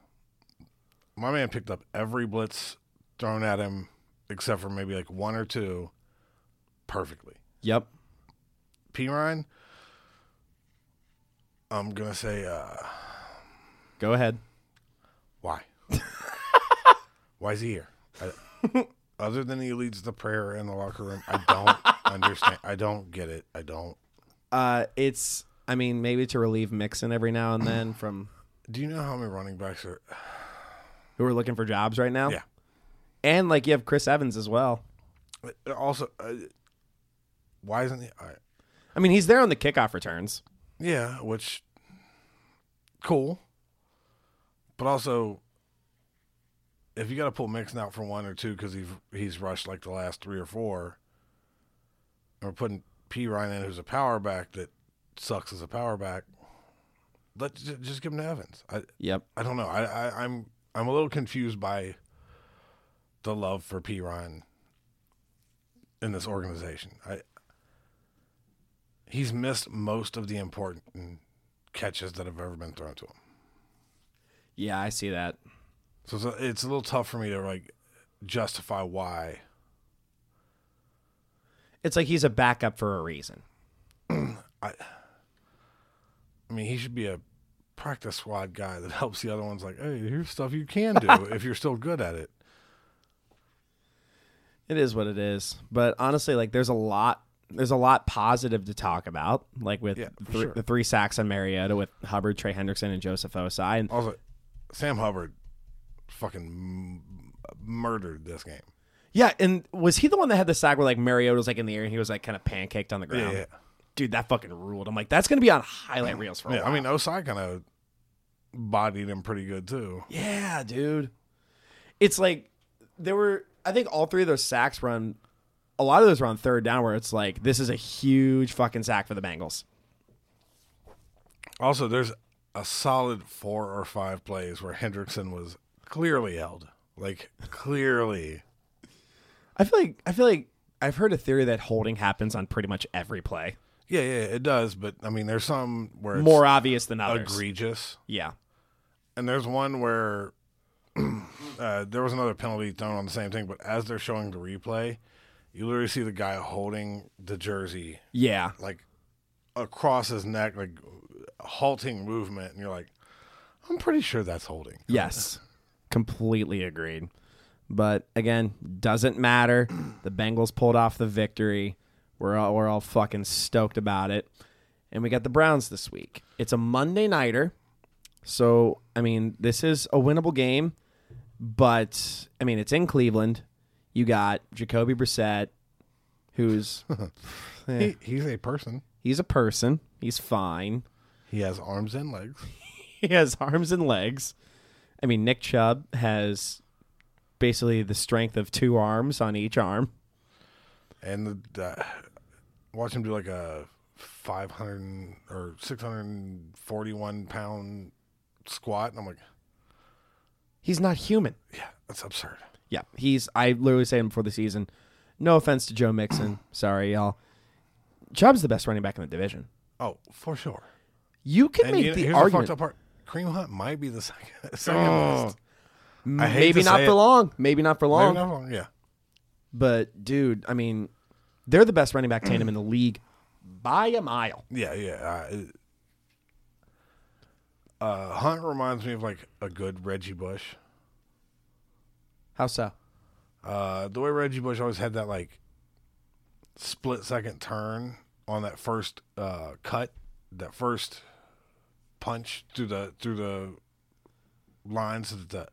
my man picked up every blitz thrown at him except for maybe like one or two perfectly.
Yep.
P Ryan, I'm gonna say uh,
Go ahead.
(laughs) why? why is he here? I, (laughs) other than he leads the prayer in the locker room, I (laughs) don't understand. I don't get it. I don't.
Uh, it's I mean maybe to relieve Mixon every now and then from
Do you know how many running backs are?
who are looking for jobs right now.
Yeah.
and like you have Chris Evans as well.
Also, uh, why isn't he? I
I mean he's there on the kickoff returns.
yeah, which cool, but also. If you got to pull Mixon out for one or two because he's he's rushed like the last three or four, or putting P Ryan in who's a power back that sucks as a power back, let just, just give him to Evans. I
Yep.
I don't know. I, I I'm I'm a little confused by the love for P Ryan in this organization. I he's missed most of the important catches that have ever been thrown to him.
Yeah, I see that.
So it's a, it's a little tough for me to like justify why.
It's like he's a backup for a reason.
I mean, he should be a practice squad guy that (laughs) helps the other ones. Like, hey, here's stuff you can do if you're still good at it.
It is what it is. But honestly, like there's a lot there's a lot positive to talk about, like with
Yeah, for
thr-
sure.
the three sacks on Mariota with Hubbard, Trey Hendrickson, and Joseph Osai. And
Also, Sam Hubbard fucking m- murdered this game.
yeah, and was he the one that had the sack where like Mariota was like in the air and he was like kind of pancaked on the ground?
Yeah.
Dude, that fucking ruled. I'm like, that's gonna be on highlight reels for a
Yeah,
while.
I mean, uh, Osai kind of bodied him pretty good too.
Yeah, dude. It's like there were I think all three of those sacks were on a lot of those were on third down where it's like this is a huge fucking sack for the Bengals.
Also, there's a solid four or five plays where Hendrickson was clearly held, like clearly.
I feel like I feel like I've heard a theory that holding happens on pretty much every play.
Yeah, yeah, it does. But I mean, there's some where it's
More obvious than others.
egregious,
Yeah.
and there's one where (clears throat) uh, there was another penalty thrown on the same thing. But as they're showing the replay, you literally see the guy holding the jersey
Yeah.
like across his neck, like halting movement, and you're like, I'm pretty sure that's holding.
Yes. Completely agreed. But again, doesn't matter. The Bengals pulled off the victory. We're all, we're all fucking stoked about it. And we got the Browns this week. It's a Monday nighter. So, I mean, this is a winnable game, but I mean, it's in Cleveland. You got Jacoby Brissett, who's
He, he's a person.
he's a person. He's fine. (laughs)
He has arms and legs.
he has arms and legs. I mean, Nick Chubb has basically the strength of two arms on each arm.
and the, uh, watch him do like a 500 and- or 641 pound squat and i'm like
He's not human.
yeah that's absurd
Yeah, he's. I literally said him before the season. No offense to
(clears throat)
Joe Mixon. Sorry, y'all. Chubb's the best running back in the division.
oh for sure
You can
and
make
you know,
the
here's the
argument.
fucked
Oh,
up part Kareem Hunt might be the (laughs) second, second best. I hate
Maybe
to
not
say
for
it.
long. Maybe not for
Maybe
long.
not wrong, yeah
But dude, I mean, they're the best running back tandem in the league by a mile.
yeah yeah uh, uh, Hunt reminds me of like a good Reggie Bush.
How so?
Uh, the way Reggie Bush always had that like split second turn on that first uh, cut, that first punch through the through the lines that the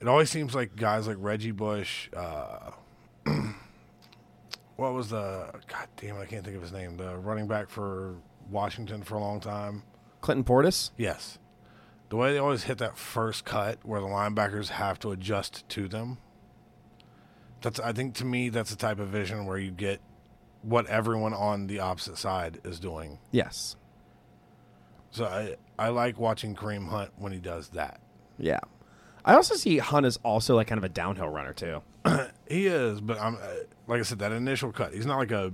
it always seems like guys like Reggie Bush. Uh, (clears throat) what was the God damn it? I can't think of his name. The running back for Washington for a long time.
Clinton Portis.
Yes, the way they always hit that first cut, where the linebackers have to adjust to them. That's I think to me that's the type of vision where you get what everyone on the opposite side is doing.
Yes.
So I I like watching Kareem Hunt when he does that.
Yeah. I also see Hunt as also like kind of a downhill runner too.
He is, but I'm uh, like I said, that initial cut. He's not like a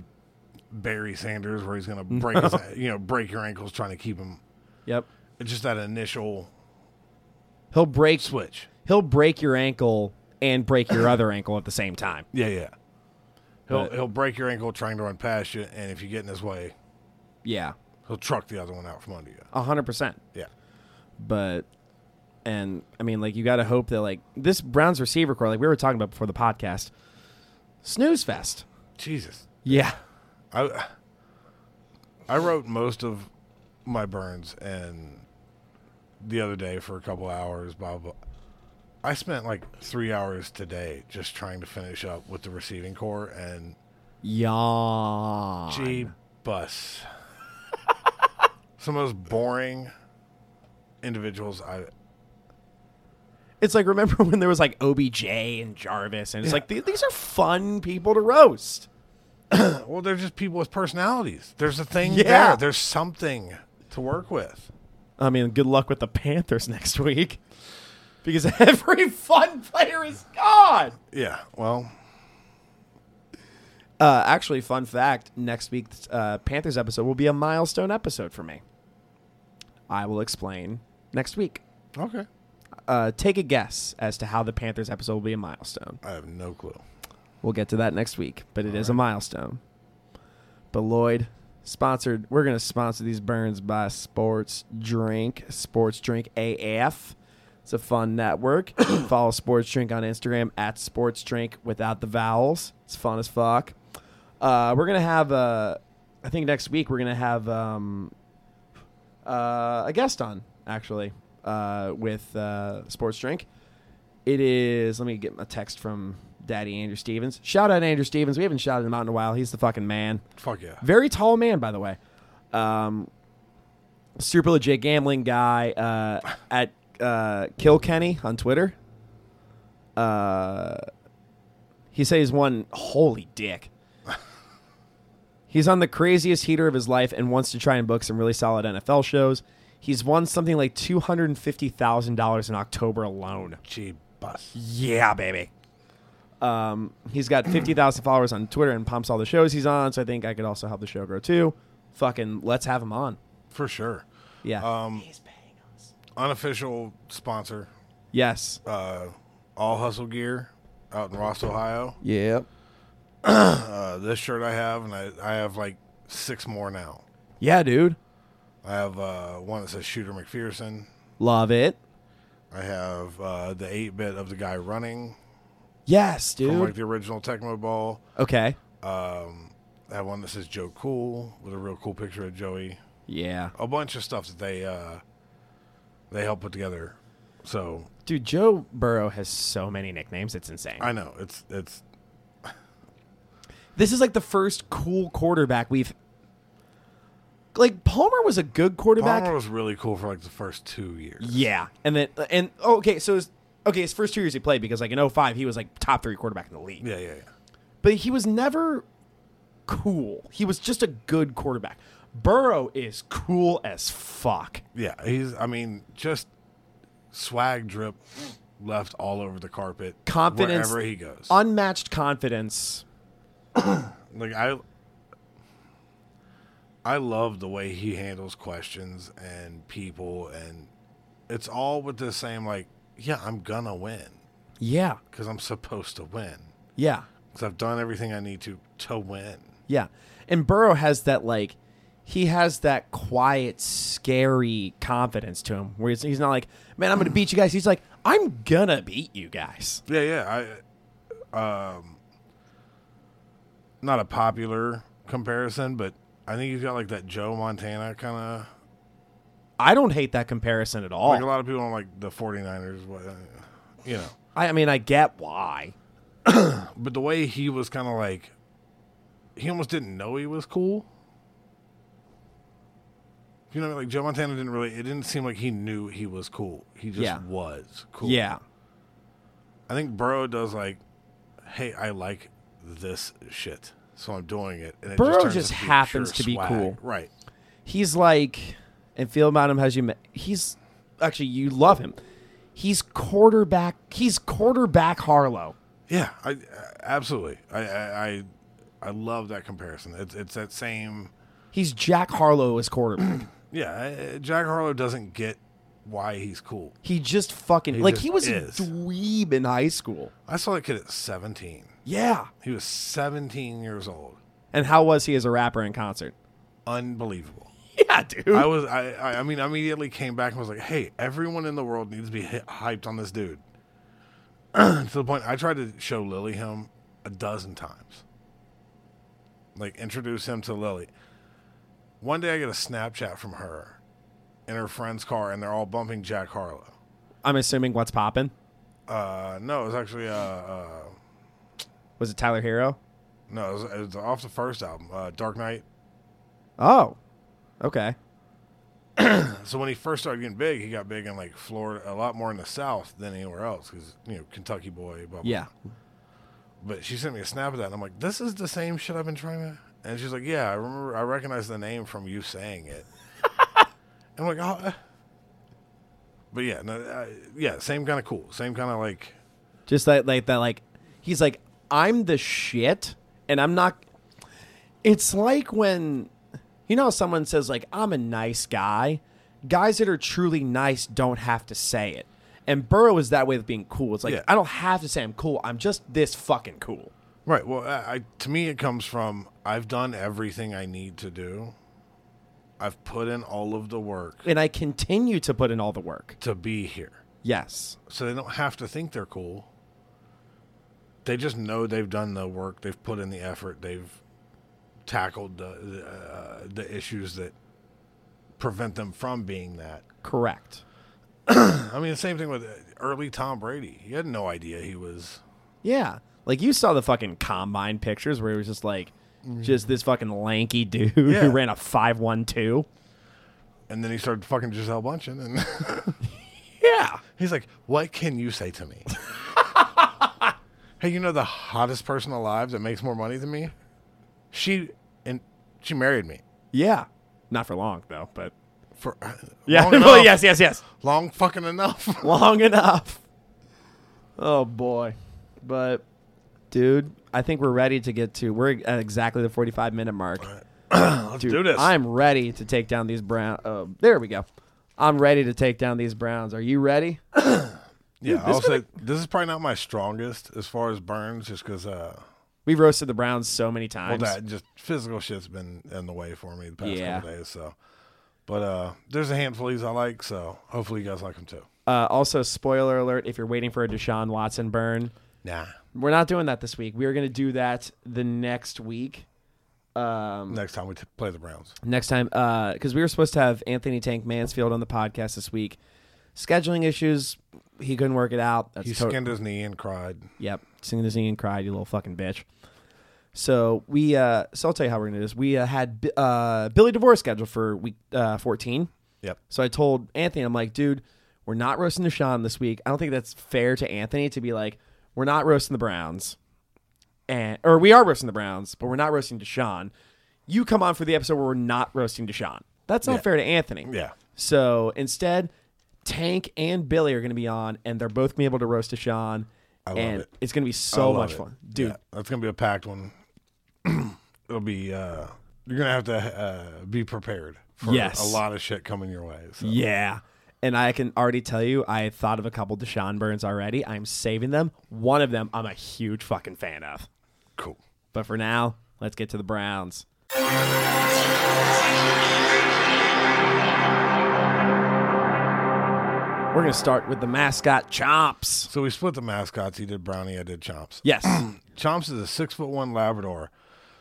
Barry Sanders where he's gonna break his, you know break your ankles trying to keep him.
Yep.
It's just that initial
He'll break
switch.
he'll break your ankle and break your (coughs) other ankle at the same time.
Yeah, yeah. He'll
But-
he'll break your ankle trying to run past you, and if you get in his way,
Yeah.
he'll truck the other one out from under you.
A hundred percent.
Yeah.
But and I mean like you gotta hope that like this Browns receiver core, like we were talking about before the podcast, snooze fest.
Jesus,
Yeah.
I I wrote most of my burns and the other day for a couple hours, blah blah. I spent like three hours today just trying to finish up with the receiving core and
Yawn.
G (laughs) bus. Some of those boring individuals. I
It's like remember (laughs) when there was like OBJ and Jarvis and it's like th- these are fun people to roast.
well, they're just people with personalities. There's a thing
Yeah.
there. There's something to work with.
I mean, good luck with the Panthers (laughs) next week (laughs) because every fun player is gone.
Yeah. Well,
Uh, actually, fun fact: next week's uh, Panthers episode will be a milestone episode for me. I will explain next week.
Okay.
Uh, take a guess as to how the Panthers episode will be a milestone.
I have no clue.
We'll get to that next week, but it is a milestone. But Lloyd sponsored. We're gonna sponsor these burns by Sports Drink. Sports Drink AF. It's a fun network. Follow Sports Drink on Instagram at Sports Drink without the vowels. It's fun as fuck. Uh, we're gonna have uh, I think next week we're gonna have um, uh, a guest on actually uh, with uh, Sports Drink. It is. Let me get my text from Daddy Andrew Stevens. Shout out Andrew Stevens. We haven't shouted him out in a while. He's the fucking man.
Fuck yeah.
Very tall man, by the way. Um, super legit gambling guy uh, at uh, Kilkenny on Twitter. Uh, he said he's won. Holy dick. (laughs) He's on the craziest heater of his life and wants to try and book some really solid NFL shows. He's won something like two hundred and fifty thousand dollars in October alone.
Gee, bus.
Yeah, baby. Um, he's got 50,000 followers on Twitter and pumps all the shows he's on. So I think I could also help the show grow too. Fucking let's have him on.
For sure.
Yeah.
Um, Unofficial sponsor,
yes.
uh, All Hustle Gear out in Ross, Ohio.
yeah.
Uh, this shirt I have, and I, I have like six more now.
Yeah, dude.
I have uh, one that says Shooter McPherson.
Love it.
I have uh, the 8 bit of the guy running
Yes,
from like
dude.
the original Tecmo Ball.
Okay.
I have one that says Joe Cool with a real cool picture of Joey.
Yeah.
A bunch of stuff that they uh, they help put together. So
Dude, Joe Burrow has so many nicknames. It's insane.
I know it's it's
This is like the first cool quarterback we've. Like Palmer was a good quarterback.
Palmer was really cool for like the first two years.
Yeah, and then and oh, okay, so his, okay, his first two years he played because like in 05 he was like top three quarterback in the league,
Yeah, yeah, yeah.
but he was never cool. He was just a good quarterback. Burrow is cool as fuck.
Yeah, he's. I mean, just swag drip left all over the carpet.
Confidence-
wherever he goes.
Unmatched confidence.
like I, I love the way he handles questions and people, and it's all with the same like, yeah, I'm gonna win
Yeah,
because I'm supposed to win
yeah,
because I've done everything I need to to win.
yeah. And Burrow has that like, he has that quiet, scary confidence to him where he's, he's not like, man, I'm gonna beat you guys. He's like, I'm gonna beat you guys.
Yeah, yeah. I, um, not a popular comparison, but I think he's got like that Joe Montana kind of
I don't hate that comparison at all.
Like a lot of people don't like the 49ers, what- you know.
I, I mean, I get why.
But the way he was kind of like, he almost didn't know he was cool. You know, like Joe Montana didn't really, it didn't seem like he knew he was cool. He just
Yeah.
was cool.
Yeah.
I think Burrow does like, hey, I like this shit. So I'm doing it. And it
Burrow
turns
just
into pure
happens to be
swag.
cool.
Right.
He's like, and Phil Madam has you met. He's actually, you love him. He's quarterback. He's quarterback Harlow.
Yeah, I, I absolutely. I, I, I, I love that comparison. It's, it's that same.
He's Jack Harlow as quarterback.
Yeah, I- I- Jack Harlow doesn't get why he's cool.
he just fucking,
He
like,
just
he was
is.
a dweeb in high school.
I saw that kid at 17.
Yeah.
He was 17 years old.
And how was he as a rapper in concert?
Unbelievable.
Yeah, dude. (laughs)
I was I, I I mean I immediately came back and was like, "Hey, everyone in the world needs to be hi hyped on this dude." (clears throat) to the point I tried to show Lily him a dozen times. Like introduce him to Lily. One day I get a Snapchat from her in her friend's car and they're all bumping Jack Harlow.
I'm assuming what's popping.
Uh no, it was actually uh, uh
Was it Tyler Hero?
No, it was, it was off the first album, uh, Dark Knight.
Oh, okay.
So when he first started getting big, he got big in like Florida, a lot more in the South than anywhere else because you know Kentucky boy. Blah, blah.
Yeah.
But she sent me a snap of that, and I'm like, "This is the same shit I've been trying to." And she's like, "Yeah, I remember. I recognize the name from you saying it." I'm like, "Oh." eh." But yeah, no, uh, yeah, same kind of cool, same kind of like,
Just that, like that, like he's like, I'm the shit, and I'm not. It's like when you know someone says like I'm a nice guy. Guys that are truly nice don't have to say it. And Burrow is that way of being cool. It's like
Yeah.
I don't have to say I'm cool. I'm just this fucking cool.
Right. Well, I, I, to me, it comes from I've done everything I need to do. I've put in all of the work
And I continue to put in all the work.
to be here.
Yes.
So they don't have to think they're cool. They just know they've done the work, they've put in the effort, they've tackled the, the, uh, the issues that prevent them from being that.
Correct.
I mean, the same thing with uh, early Tom Brady. He had no idea he was.
Yeah. Like you saw the fucking combine pictures where it was just like just this fucking lanky (laughs) dude
Mm. Yeah.
who ran a five one two.
And then he started fucking Giselle Bunchen, and (laughs)
Yeah.
he's like, "What can you say to me?" (laughs) hey, you know the hottest person alive that makes more money than me? She and she married me
Yeah. Not for long though, but
for uh,
yeah.
long
(laughs) well,
enough.
yes, yes, yes.
long fucking enough.
Long enough. Oh boy. But dude, I think we're ready to get to we're at exactly the forty five minute mark.
(laughs) Let's
Dude,
do this.
I'm ready to take down these brown uh, there we go. I'm ready to take down these Browns. Are you ready?
yeah, I'll say this is probably not my strongest as far as burns, just because uh,
We've roasted the Browns so many
well,
times.
that just physical shit's been in the way for me the past
Yeah.
couple days. So, but uh, there's a handful of these I like, so hopefully you guys like them too.
Uh, also, spoiler alert: if you're waiting for a Deshaun Watson burn,
Nah,
we're not doing that this week. We are going to do that the next week. Mm-hmm.
next time we t- play the Browns.
Next time, because we were supposed to have Anthony Tank Mansfield on the podcast this week. Scheduling issues, he couldn't work it out. That's
He
tot-
skinned his knee and cried.
Yep, singing this thing and cried, you little fucking bitch. So we, uh, so I'll tell you how we're gonna do this. We uh, had Bi- uh, Billy DeVore scheduled for week uh, 14.
Yep.
So I told Anthony, I'm like, dude, we're not roasting Deshaun this week. I don't think that's fair to Anthony to be like, we're not roasting the Browns, and or we are roasting the Browns, but we're not roasting Deshaun. You come on for the episode where we're not roasting Deshaun. That's not
Yeah.
fair to Anthony.
Yeah.
So instead, Tank and Billy are going to be on, and they're both going to be able to roast Deshaun. I
love
and
it.
it's going to be
I
so
love
much
it.
fun, dude.
Yeah, that's gonna be a packed one. (clears throat) It'll be. uh You're gonna have to uh, be prepared for
Yes.
a lot of shit coming your way. So.
Yeah. And I can already tell you, I thought of a couple Deshaun burns already. I'm saving them. One of them, I'm a huge fucking fan of.
Cool.
But for now, let's get to the Browns. We're going to start with the mascot, Chomps.
So we split the mascots. He did Brownie. I did Chomps.
Yes.
Chomps is a six foot one Labrador.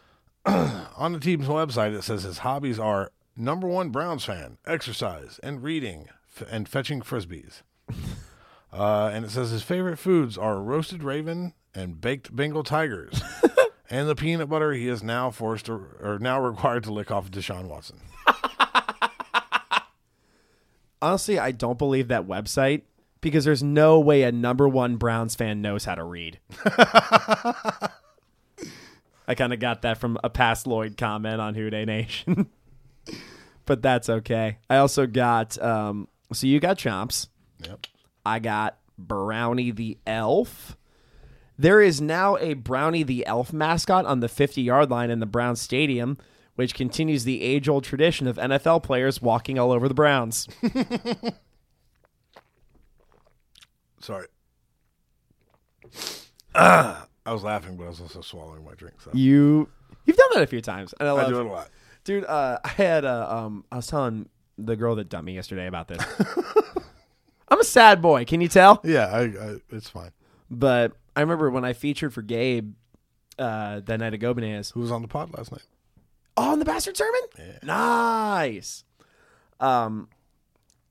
(clears throat) On the team's website, it says his hobbies are number one Browns fan, exercise, and reading, f- and fetching frisbees. (laughs) Uh, and it says his favorite foods are roasted raven and baked Bengal tigers, and the peanut butter he is now forced to, or now required to lick off Deshaun Watson.
Honestly, I don't believe that website because there's no way a number one Browns fan knows how to read. I kind of got that from a past Lloyd comment on Houday Nation, (laughs) but that's okay. I also got, um, so you got Chomps.
Yep.
I got Brownie the Elf. There is now a Brownie the Elf mascot on the 50 yard line in the Browns Stadium, which continues the age old tradition of NFL players walking all over the Browns.
Sorry. (clears throat) Ah, I was laughing, but I was also swallowing my drink. So
You you've done that a few times, and I
I
love,
do it a lot.
dude. Uh, I had uh, um, I was telling the girl that dumped me yesterday
(laughs)
about this. I'm a sad boy, can you tell?
Yeah, I, I, it's fine.
But I remember when I featured for Gabe uh, that night at Go Bananas.
Who was on the pod last night?
Oh, on the bastard sermon? Nice. Um,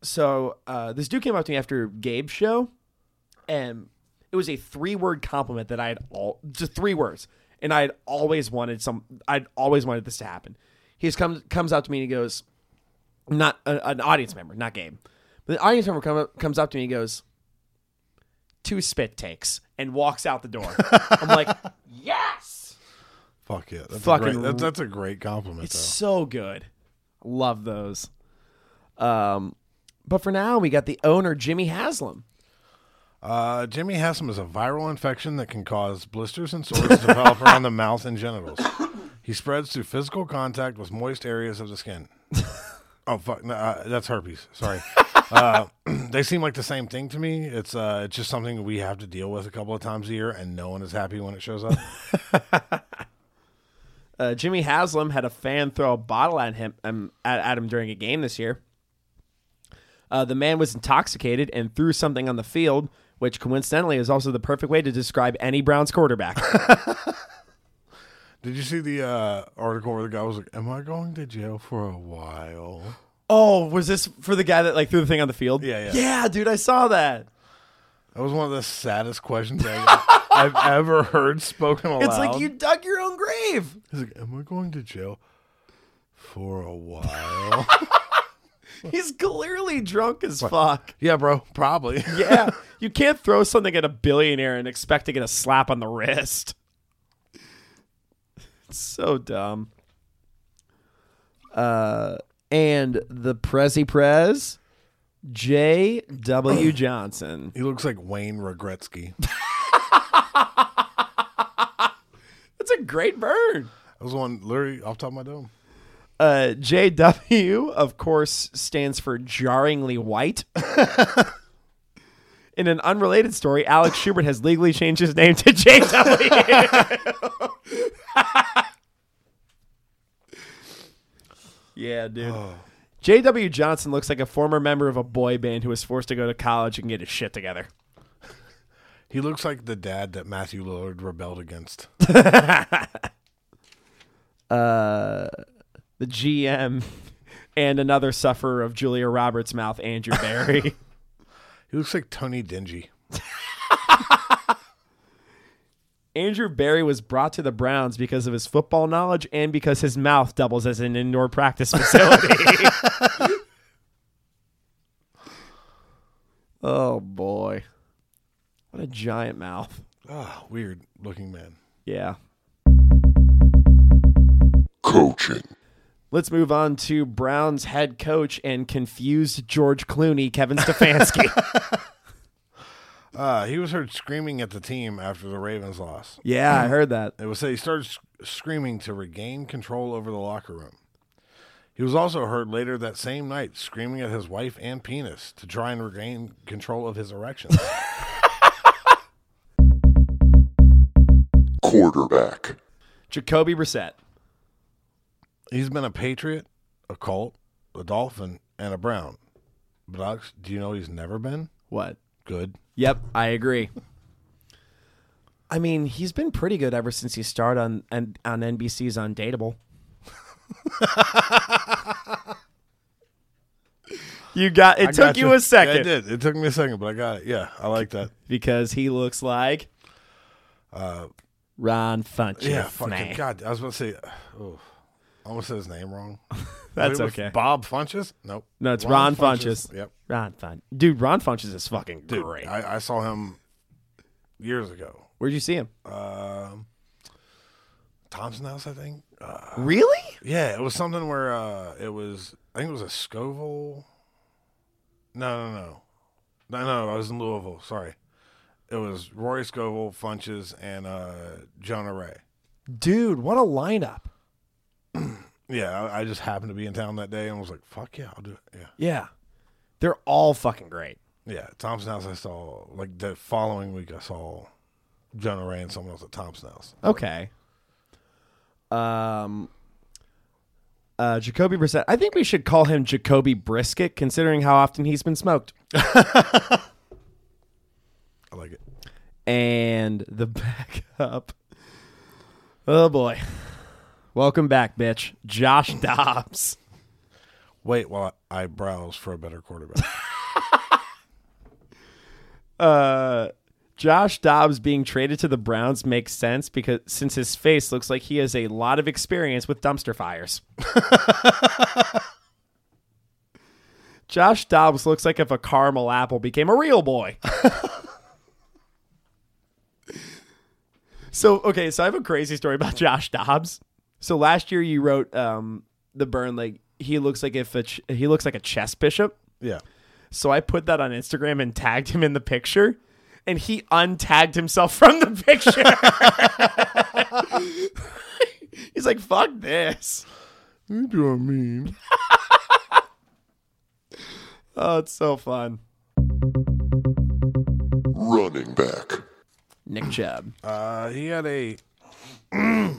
so uh, this dude came up to me after Gabe's show, and it was a three-word compliment that I had all just three words, and I had always wanted some. I'd always wanted this to happen. He just comes comes up to me and he goes, not a, an audience member, not Gabe, but the audience member come up, comes up to me and he goes, two spit takes, and walks out the door. I'm like, yes.
Fuck yeah. That's
Fucking
a great,
r-
that, that's a great compliment
It's so good. Love those. Um, but for now, we got the owner, Jimmy Haslam.
though. Uh, Jimmy Hessam is a viral infection that can cause blisters and sores to develop (laughs) around the mouth and genitals. He spreads through physical contact with moist areas of the (laughs) skin. oh fuck, no, uh, that's herpes. (laughs) Sorry. Uh, (clears throat) they seem like the same thing to me. It's uh, it's just something we have to deal with a couple of times a year, and no one is happy when it shows (laughs) up.
Uh, Jimmy Haslam had a fan throw a bottle at him um, at, at him during a game this year. Uh, the man was intoxicated and threw something on the field, which coincidentally is also the perfect way to describe any Browns
(laughs)
quarterback.
Did you see the uh, article where the guy was like, "Am I going to jail for a while?"
oh, was this for the guy that like threw the thing on the field?
Yeah, yeah.
yeah, dude, I saw that.
That was one of the saddest questions
(laughs)
I, I've ever heard spoken aloud.
It's like you dug your own grave.
He's like, "Am I going to jail for a while?" (laughs)
He's clearly drunk as fuck.
yeah, bro, probably. (laughs)
(laughs) Yeah, you can't throw something at a billionaire and expect to get a slap on the wrist. (laughs) It's so dumb. Uh, and the Prezi Prez, J. W. Johnson.
He looks like Wayne Regretsky. That
That's a great burn.
was the one literally off the top of my dome.
Uh, JW, of course, stands for jarringly white. (laughs) In an unrelated story, Alex Schubert has legally changed his name to (laughs) JW. yeah, dude. JW Johnson looks like a former member of a boy band who was forced to go to college and get his shit together.
He looks like the dad that Matthew Lillard rebelled against.
The GM (laughs) and another sufferer of Julia Roberts' mouth, Andrew Barry.
He looks like Tony Dingy.
Andrew Barry was brought to the Browns because of his football knowledge and because his mouth doubles as an indoor (laughs) practice facility. oh boy. What a giant mouth.
Ah, weird looking man.
Yeah.
Coaching.
Let's move on to Browns head coach and confused George Clooney, Kevin (laughs) Stefanski.
Uh, he was heard screaming at the team after the Ravens loss.
yeah, I heard that.
It was said he started sc- screaming to regain control over the locker room. He was also heard later that same night screaming at his wife and penis to try and regain control of his erections. (laughs)
Quarterback.
Jacoby Brissett.
He's been a Patriot, a Colt, a Dolphin, and a Brown. But Alex, do you know what he's never been?
What?
Good.
Yep, I agree. I mean, he's been pretty good ever since he started on on, on NBC's Undateable. you got it.
I
took
gotcha.
you a second
Yeah, it did. It took me a second, but I got it. Yeah, I like that.
because he looks like Ron Funches.
Yeah, fucking God. I was about to say, (sighs) oh, I almost said his name
(laughs)
wrong.
That's
Wait, was
okay.
Bob Funches? Nope.
No, it's Ron Funches.
Yep.
Ron Fun, dude. Ron Funches is fucking
Dude,
great.
I, I saw him years ago.
Where'd you see him?
Um, Thompson House, I think. Uh,
really?
yeah, it was something where uh, it was. I think it was a Scoville. No, no, no, no, no. I was in Louisville. Sorry, it was Rory Scoville, Funches, and uh, Jonah Ray.
Dude, what a lineup.
Yeah, I, I just happened to be in town that day and was like, "Fuck yeah, I'll do it." Yeah,
Yeah, they're all fucking great.
yeah. Thompson House, I saw like the following week. I saw Jonah Ray and someone else at Thompson House.
Okay. Um. Uh, Jacoby Brissett. I think we should call him Jacoby Brisket, considering how often he's been smoked.
I like it.
And the (laughs) backup. Oh boy. Welcome back, bitch. Josh Dobbs.
Wait while I browse for a better quarterback. (laughs)
Uh, Josh Dobbs being traded to the Browns makes sense because since his face looks like he has a lot of experience with dumpster fires. Josh Dobbs looks like if a caramel apple became a real boy. so okay, so I have a crazy story about Josh Dobbs. So last year you wrote um, the burn like he looks like if a ch- he looks like a chess bishop.
yeah.
So I put that on Instagram and tagged him in the picture. and he untagged himself from the picture. (laughs) He's like, fuck this.
You doing mean?
Oh, it's so fun.
running back,
Nick Chubb.
Uh, he had a (clears throat)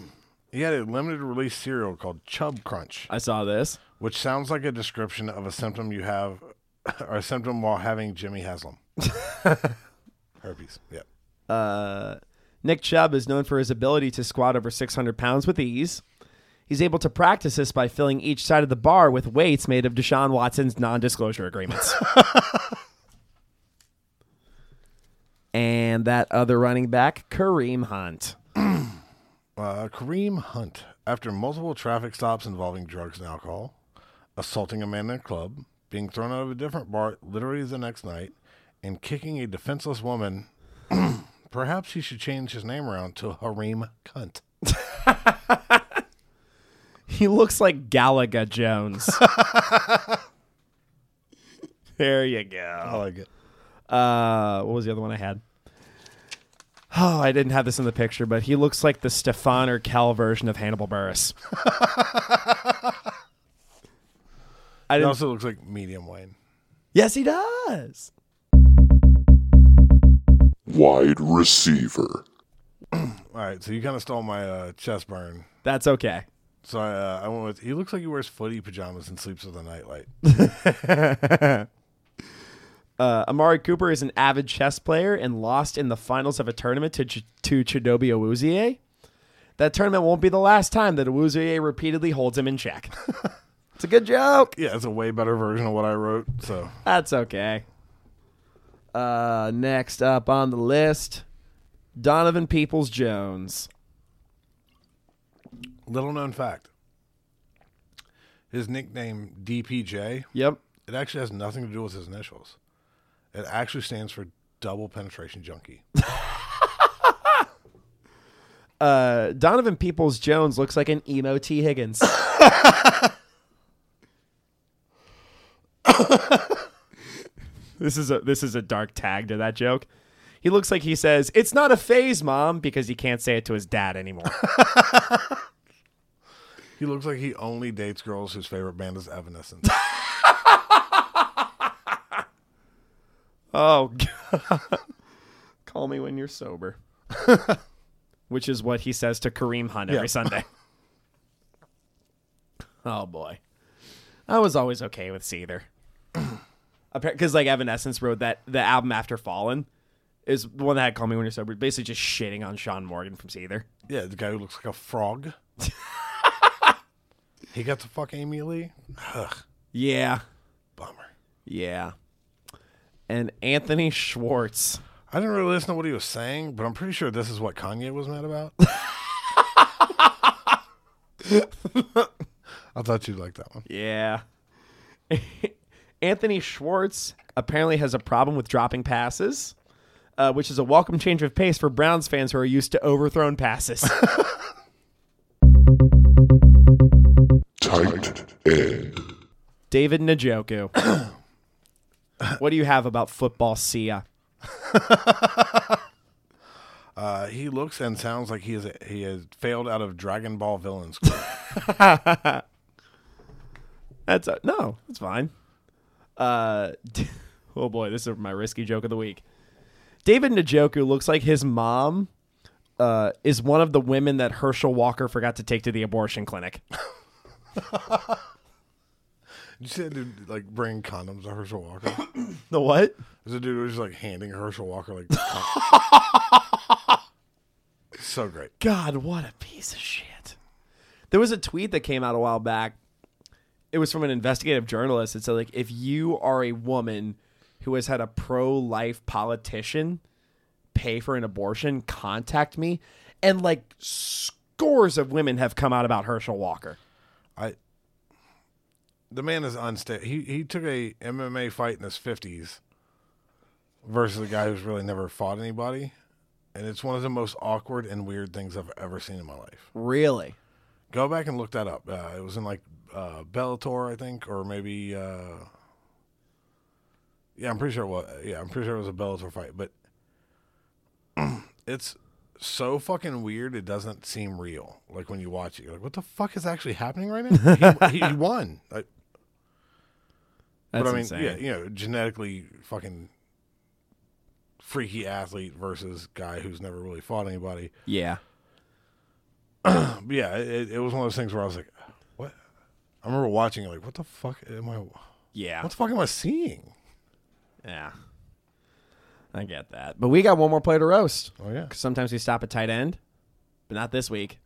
he had a limited release cereal called Chub Crunch,
I saw this.
which sounds like a description of a symptom you have (laughs) or a symptom while having Jimmy
(laughs)
Haslam. Herpes. Yeah.
Uh, Nick Chubb is known for his ability to squat over 600 pounds with ease. He's able to practice this by filling each side of the bar with weights made of Deshaun Watson's non disclosure agreements. and that other running back, Kareem Hunt.
Uh, Kareem Hunt, after multiple traffic stops involving drugs and alcohol, assaulting a man in a club, being thrown out of a different bar literally the next night, and kicking a defenseless woman, (clears throat) perhaps he should change his name around to Hareem Cunt.
He looks like
(laughs)
Galaga Jones. there you go.
I like it.
Uh, what was the other one I had? Oh, I didn't have this in the picture, but he looks like the Stefan or Cal version of Hannibal
(laughs)
Burris. I
It
didn't.
also looks like medium Wayne.
Yes, he does.
wide receiver,
All right, so you kind of stole my uh, chest burn.
That's okay.
So I, uh, I went with. He looks like he wears footy pajamas and sleeps with a nightlight. (laughs)
Uh, Amari Cooper is an avid chess player and lost in the finals of a tournament to Ch- to Chidobe Awuzie. That tournament won't be the last time that Awuzie repeatedly holds him in check. (laughs) it's a good joke.
yeah, it's a way better version of what I wrote. So
That's okay. Uh, next up on the list, Donovan Peoples Jones.
little known fact. His nickname DPJ.
Yep.
It actually has nothing to do with his initials. It actually stands for double penetration junkie.
Uh, Donovan Peoples Jones looks like an emo T Higgins. this is a this is a dark tag to that joke. He looks like he says, "It's not a phase, mom," because he can't say it to his dad anymore.
He looks like he only dates girls whose favorite band is Evanescence. (laughs)
oh (laughs) god. Call me when you're sober. (laughs) Which is what he says to Kareem Hunt every
Yeah.
Sunday. oh boy. I was always okay with Seether. (clears throat) Because like Evanescence wrote that the album after Fallen is the one that had Call Me When You're Sober, basically just shitting on Sean Morgan from Seether.
yeah, the guy who looks like a frog. (laughs) he got to fuck Amy Lee.
Yeah.
Bummer.
Yeah. And Anthony Schwartz.
I didn't really listen to what he was saying, but I'm pretty sure this is what Kanye was mad about. I thought you'd like that one.
Yeah. (laughs) Anthony Schwartz apparently has a problem with dropping passes, uh, which is a welcome change of pace for Browns fans who are used to overthrown (laughs) passes.
tight end,
David Njoku. (coughs) what do you have about football, Sia?
Uh, he looks and sounds like he is he has failed out of Dragon Ball Villain School.
That's uh no, that's fine. Uh, (laughs) oh boy, this is my risky joke of the week. David Njoku looks like his mom uh, is one of the women that Herschel Walker forgot to take to the abortion clinic.
you said dude like bring condoms to Herschel Walker.
(laughs) The what?
There's a dude who was just like handing Herschel Walker like. con- so great.
God, what a piece of shit. There was a tweet that came out a while back. It was from an investigative journalist. It said, like, if you are a woman who has had a pro life politician pay for an abortion, contact me. And like scores of women have come out about Herschel Walker.
I. The man is unstable. He he took a MMA fight in his fifties versus a guy who's really never fought anybody, and it's one of the most awkward and weird things I've ever seen in my life.
Really?
Go back and look that up. Uh, it was in like uh, Bellator, I think, or maybe. Uh, yeah, I'm pretty sure. Well, yeah, I'm pretty sure it was a Bellator fight, but (clears throat) it's so fucking weird. It doesn't seem real. Like when you watch it, you're like, "What the fuck is actually happening right
(laughs)
now?" he, he, he won. Like,
That's
but I mean,
insane.
yeah, you know, genetically fucking freaky athlete versus guy who's never really fought anybody.
Yeah.
But yeah, it, it was one of those things where I was like, "What?" I remember watching it, like, "What the fuck am I?
Yeah.
What the fuck am I seeing?"
Yeah. I get that. But we got one more player to roast.
Oh yeah,
'Cause sometimes we stop at tight end, but not this week.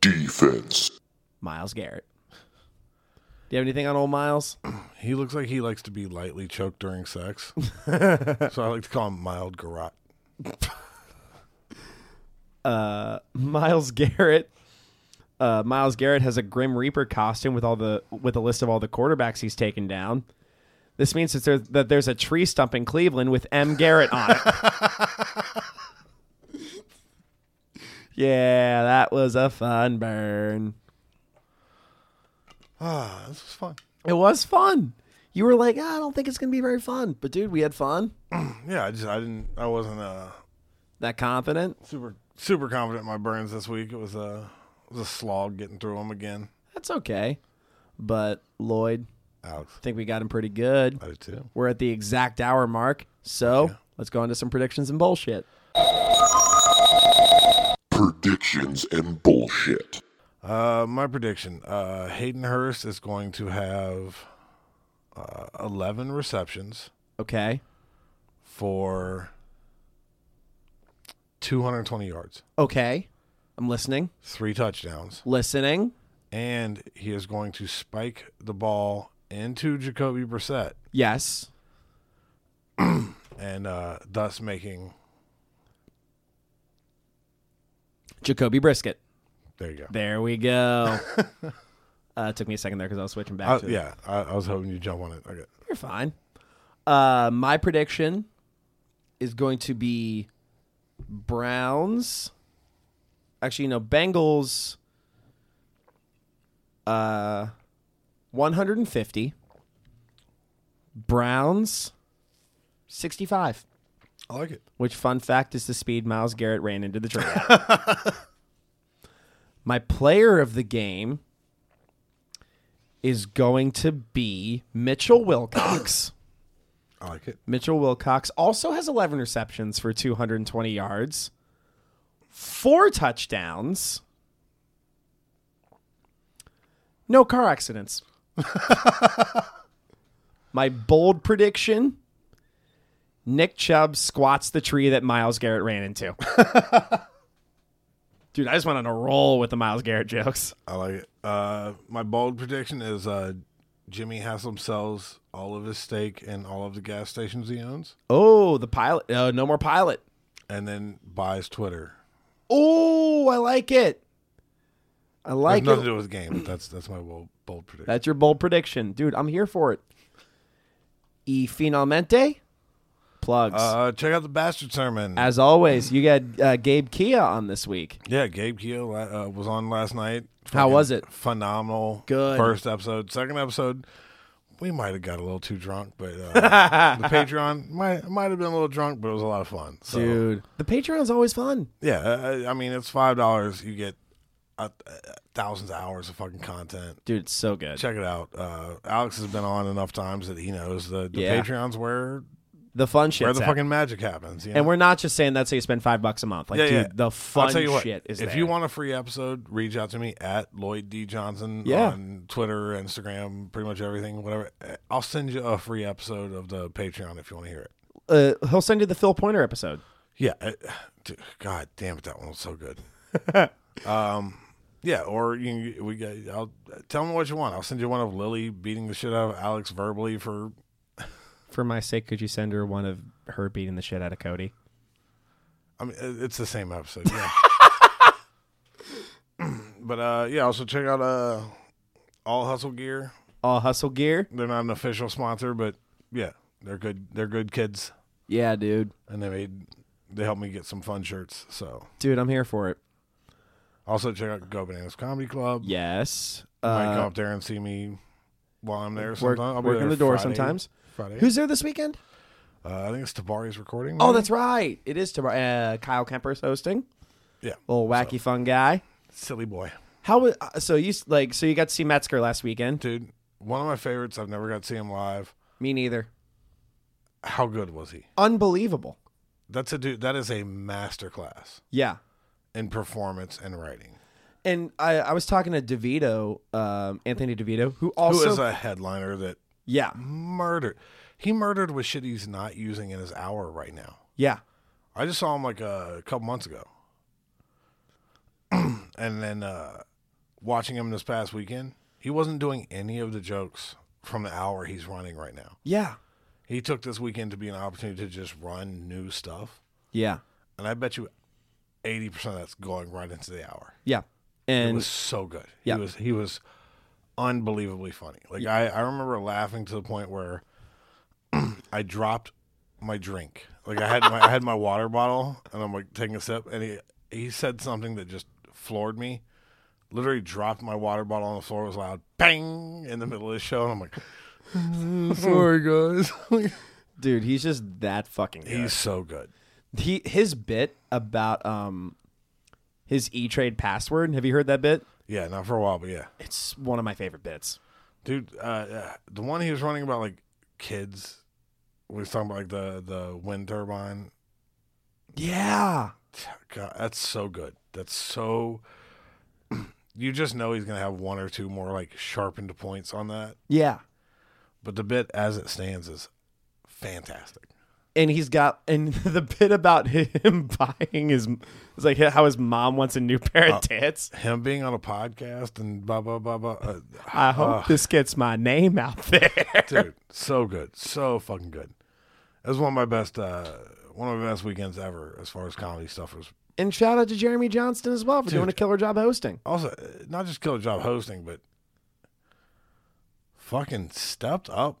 Defense.
Miles Garrett. Do you have anything on old Miles? (coughs)
he looks like he likes to be lightly choked during (laughs) sex, so I like to call him mild garrot.
Miles Garrett. Uh, Miles Garrett has a Grim Reaper costume with all the with a list of all the quarterbacks he's taken down. This means that there's, that there's a tree stump in Cleveland with M. Garrett on it. (laughs) yeah, that was a fun burn.
Ah, this was fun.
It was fun. You were like, "Ah, I don't think it's gonna be very fun, but dude, we had fun.
Yeah, I just I didn't I wasn't uh
That confident.
super super confident in my burns this week. It was a it was a slog getting through them again.
That's okay. But Lloyd,
Alex,
I think we got him pretty good.
I did too.
We're at the exact hour mark, so let's go into some predictions and bullshit.
Predictions and bullshit.
Uh, my prediction: uh, Hayden Hurst is going to have uh, eleven receptions
Okay.
for two hundred twenty yards,
Okay. I'm listening.
three touchdowns,
Listening.
and he is going to spike the ball into Jacoby Brissett,
Yes.
and uh, thus making.
Jacoby Brisket.
There you go.
There
(laughs)
we go. uh, it took me a second there because I was switching back
I-
to it.
Uh, yeah, I, I was hoping you jump on it. Okay.
You're fine. Uh, my prediction is going to be Browns. Actually, no, Bengals. Uh, 150. Browns, 65.
I like it.
Which, fun fact, is the speed Miles Garrett ran into the tree. at. My player of the game is going to be Mitchell Wilcox.
I like it.
Mitchell Wilcox also has 11 receptions for 220 yards, four touchdowns, no car (laughs) accidents. My bold prediction Nick Chubb squats the tree that Miles Garrett ran (laughs) into. Dude, I just went on a roll with the Miles Garrett jokes.
I like it. Uh, my bold prediction is uh, Jimmy Haslam sells all of his stake in all of the gas stations he owns,
Oh, the pilot. Oh, no more pilot.
and then buys Twitter.
Oh, I like it. I
Has
like it.
nothing to do with the game. but That's that's my bold, bold prediction.
That's your bold prediction. Dude, I'm here for it. E finalmente plugs.
uh, check out the bastard sermon.
As always, you got uh, Gabe Kia on this week.
yeah, Gabe Keel uh, was on last night.
How was
Fucking
it?
Phenomenal.
Good.
First episode. Second episode. We might have got a little too drunk, but
(laughs)
uh, the Patreon might might have been a little drunk, but it was a lot of fun. So.
Dude, the Patreon's always fun.
Yeah, I, I- I mean it's five dollars. You get a, a- thousands of hours of fucking content.
Dude, it's so good.
Check it out. Uh, Alex has been on enough times that he knows the, the
Yeah.
Patreon's where
The fun shit.
where the fucking magic happens. You know?
and we're not just saying that so you spend five bucks a month. Like,
yeah,
dude,
yeah.
the
I'll
fun
tell you what,
shit is
if
there.
you want a free episode, reach out to me at Lloyd D Johnson
Yeah.
on Twitter, Instagram, pretty much everything, whatever. I'll send you a free episode of the Patreon if you want to hear it.
uh, he'll send you the Phil Pointer episode.
Yeah. I- dude, God damn it, that one was so
(laughs)
good. um, yeah, or you can, we got. I'll tell me what you want. I'll send you one of Lily beating the shit out of Alex verbally for.
For my sake, could you send her one of her beating the shit out of Cody?
I mean, it- it's the same episode.
(laughs)
Yeah. (clears throat) but uh, yeah, also check out uh, All Hustle Gear.
All hustle gear?
They're not an official sponsor, but yeah, they're good. They're good kids,
Yeah, dude.
and they made they helped me get some fun shirts. So
Dude, I'm here for it.
also check out Go Bananas Comedy Club.
Yes.
might
Uh,
go up there and see me while I'm there.
work,
Sometimes I'll be
working
there
the door
Friday-
sometimes.
Friday.
Who's there this weekend?
Uh, I think it's Tabari's recording.
Oh,
maybe?
that's right. It is to uh, Kyle Kemper's hosting.
yeah,
Little wacky fun guy.
silly boy,
How was uh, so you s- like so you got to see Metzger last weekend?
dude. One of my favorites. I've never got to see him live.
Me neither.
How good was he?
Unbelievable.
That's a dude. That is a masterclass
Yeah.
in performance and writing.
And I, I was talking to DeVito, um, Anthony DeVito, who
Who is
also
a headliner that
yeah
murdered? He murdered with shit he's not using in his hour right now.
yeah
I just saw him like uh, a couple months ago, (clears throat) and then uh, watching him this past weekend, he wasn't doing any of the jokes from the hour he's running right now.
yeah
He took this weekend to be an opportunity to just run new stuff,
yeah
and I bet you eighty percent of that's going right into the hour.
yeah
It
and
was so good.
Yeah.
He was he was unbelievably funny. Like I, I remember laughing to the point where (clears throat) I dropped my drink. Like I had my I had my water bottle and I'm like taking a sip and he he said something that just floored me. Literally dropped my water bottle on the floor. It was loud bang in the middle of the show and I'm like (laughs) sorry guys.
(laughs) dude he's just that fucking good.
He's so good.
he his bit about um his E Trade password. Have you heard that bit?
Yeah, not for a while, but yeah.
It's one of my favorite bits.
dude uh, uh the one he was running about like kids we was talking about like the the wind turbine
Yeah,
god that's so good that's so (clears throat) you just know he's gonna have one or two more like sharpened points on that
yeah.
but the bit as it stands is fantastic
and he's got and (laughs) the bit about him (laughs) buying his it's like how his mom wants a new pair of tits.
him being on a podcast and blah blah blah blah uh, (laughs)
I hope this gets my name out (laughs) there.
dude so good so fucking good it was one of my best uh one of my best weekends ever as far as comedy stuff was
And shout out to Jeremy Johnston as well for doing a killer job hosting.
also uh, not just killer job hosting, but fucking stepped up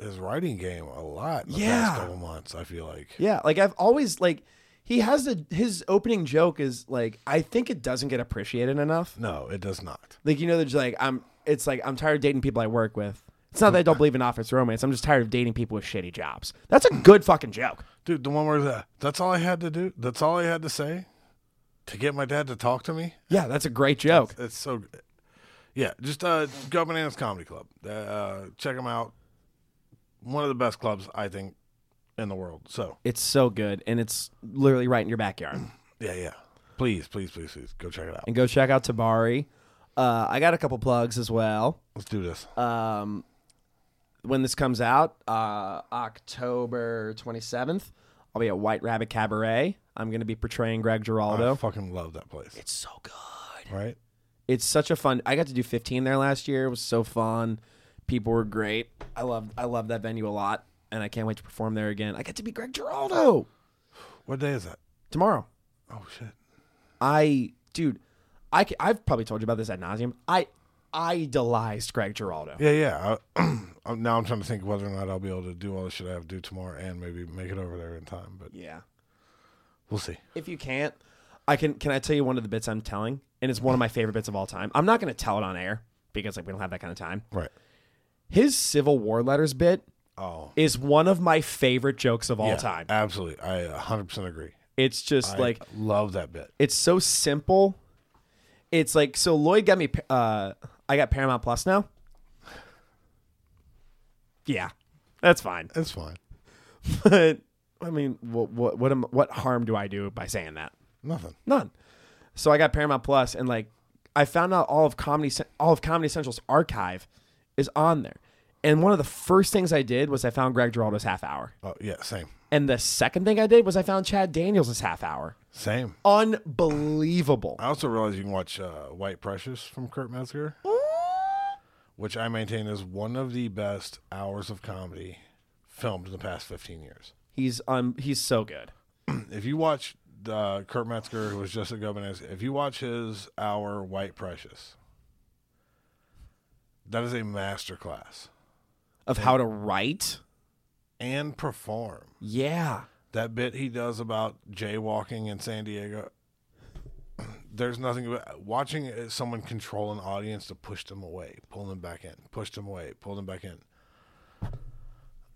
his writing game a lot in the
Yeah.
past couple months. I feel like
Yeah, like I've always like he has the his opening joke is like I think it doesn't get appreciated enough.
no, it does not.
Like you know, there's like I'm it's like I'm tired of dating people I work with. It's not that I don't believe in office romance. I'm just tired of dating people with shitty jobs. That's a good fucking joke.
Dude, the one where the, that's all I had to do. That's all I had to say to get my dad to talk to me.
Yeah, that's a great joke.
It's so good. Yeah, just uh, go bananas comedy club. Uh, check them out. One of the best clubs I think in the world. So
It's so good, and it's literally right in your backyard.
yeah, yeah. Please, please, please, please go check it out.
and go check out Tabari. Uh, I got a couple plugs as well.
Let's do this.
Um, when this comes out, uh, October 27th, I'll be at White Rabbit Cabaret. I'm going to be portraying Greg
I
Giraldo.
fucking love that place.
It's so good.
right?
It's such a fun. I got to do 15 there last year. It was so fun. People were great. I loved I love that venue a lot, and I can't wait to perform there again. I got to be Greg Giraldo
What day is that?
tomorrow.
Oh shit!
I, dude, I, ca- I've probably told you about this ad nauseum. I idolized Greg Giraldo.
Yeah, yeah. I, (clears throat) I'm, now I'm trying to think whether or not I'll be able to do all the shit I have to do tomorrow, and maybe make it over there in time. But
Yeah.
we'll see.
If you can't, I can. Can I tell you one of the bits I'm telling? And it's one of my favorite bits of all time. I'm not going to tell it on air because like we don't have that kind of time.
Right.
His Civil War letters bit
Oh,
is one of my favorite jokes of all
yeah,
time.
Absolutely, I 100 percent agree.
It's just
I
like
love that bit.
it's so simple. It's like so Lloyd got me. Uh, I got Paramount Plus now. Yeah, that's fine.
It's fine.
but I mean, what what what, am, what harm do I do by saying that?
Nothing.
None. So I got Paramount Plus, and like I found out all of comedy Cen- all of Comedy Central's archive is on there. And one of the first things I did was I found Greg Giraldo's half hour,
Oh yeah, same,
and the second thing I did was I found Chad Daniels' half hour.
same.
Unbelievable.
I also realize you can watch uh, White Precious from Kurt Metzger, which I maintain is one of the best hours of comedy filmed in the past 15 years. (clears throat)
He's um he's so good.
if you watch uh, Kurt Metzger, who was just at Gomez, if you watch his hour White Precious, that is a masterclass
Of how to write.
and perform.
Yeah.
That bit he does about jaywalking in San Diego. (clears throat) There's nothing about watching uh, someone control an audience to push them away, pull them back in, push them away, pull them back in.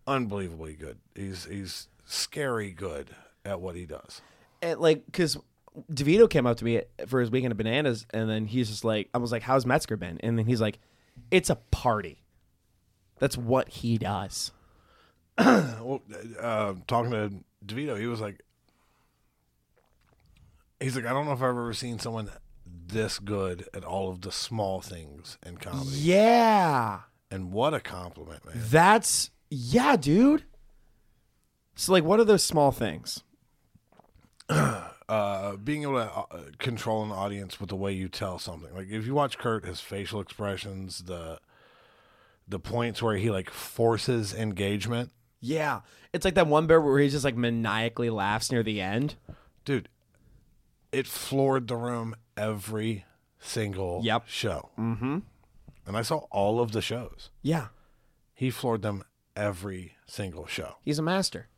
unbelievably good. He's he's scary good at what he does.
And like, because DeVito came up to me for his weekend of bananas, and then he's just like, I was like, "How's Metzger been?" And then he's like, "It's a party. That's what he does."
Well, uh, talking to DeVito, he was like, he's like, I don't know if I've ever seen someone this good at all of the small things in comedy.
Yeah,
And what a compliment, man.
that's yeah, dude. So like, what are those small things?
Uh, being able to uh, control an audience with the way you tell something. Like if you watch Kurt, his facial expressions, the the points where he like forces engagement.
Yeah, it's like that one bear where he just like maniacally laughs near the end.
dude, it floored the room every single
Yep.
show. Mm-hmm. And I saw all of the shows.
Yeah,
He floored them every single show.
he's a master,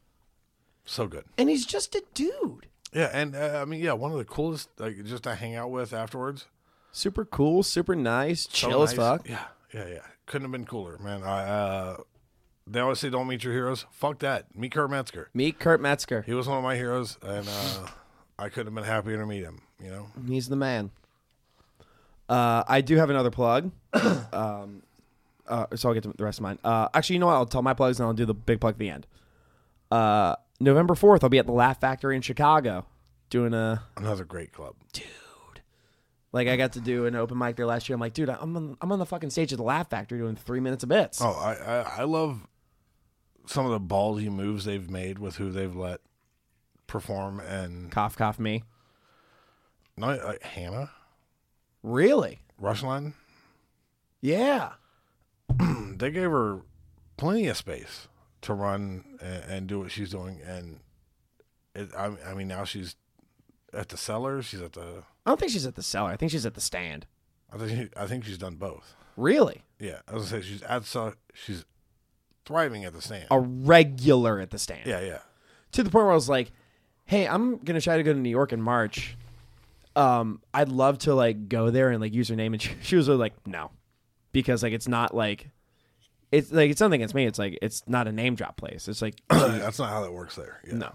So good.
and he's just a dude.
Yeah, and uh, I mean, yeah, one of the coolest, like, just to hang out with afterwards.
Super cool, super nice,
So
chill
nice.
as fuck.
Yeah, yeah, yeah. Couldn't have been cooler, man. I, uh, they always say don't meet your heroes. Fuck that. Meet Kurt Metzger.
Meet Kurt Metzger.
He was one of my heroes, and uh, I couldn't have been happier to meet him. You know,
He's the man. Uh, I do have another plug. (coughs) um, uh, so I'll get to the rest of mine. Uh, actually, you know what? I'll tell my plugs and I'll do the big plug at the end. Uh, November 4th, I'll be at the Laugh Factory in Chicago doing a.
another great club.
Like, I got to do an open mic there last year. I'm like, dude, I'm on, I'm on the fucking stage at the Laugh Factory doing three minutes of bits.
Oh, I, I I love some of the ballsy moves they've made with who they've let perform and
Cough, cough me.
no, like Hannah
Really?
Rushline.
Yeah.
They gave her plenty of space to run and, and do what she's doing, and it, I I mean now she's at the cellar. She's at the
I don't think she's at the cellar. I think she's at the stand.
I think she, I think she's done both.
Really?
Yeah, I was gonna say she's at the cellar. She's thriving at the stand.
A regular at the stand.
Yeah, yeah.
to the point where I was like, "Hey, I'm gonna try to go to New York in March. Um, I'd love to like go there and like use her name." And (laughs) she, she was like, "No," because like it's not like it's like it's something against me. It's like it's not a name drop place. It's like
That's not how that works there. Yeah.
no.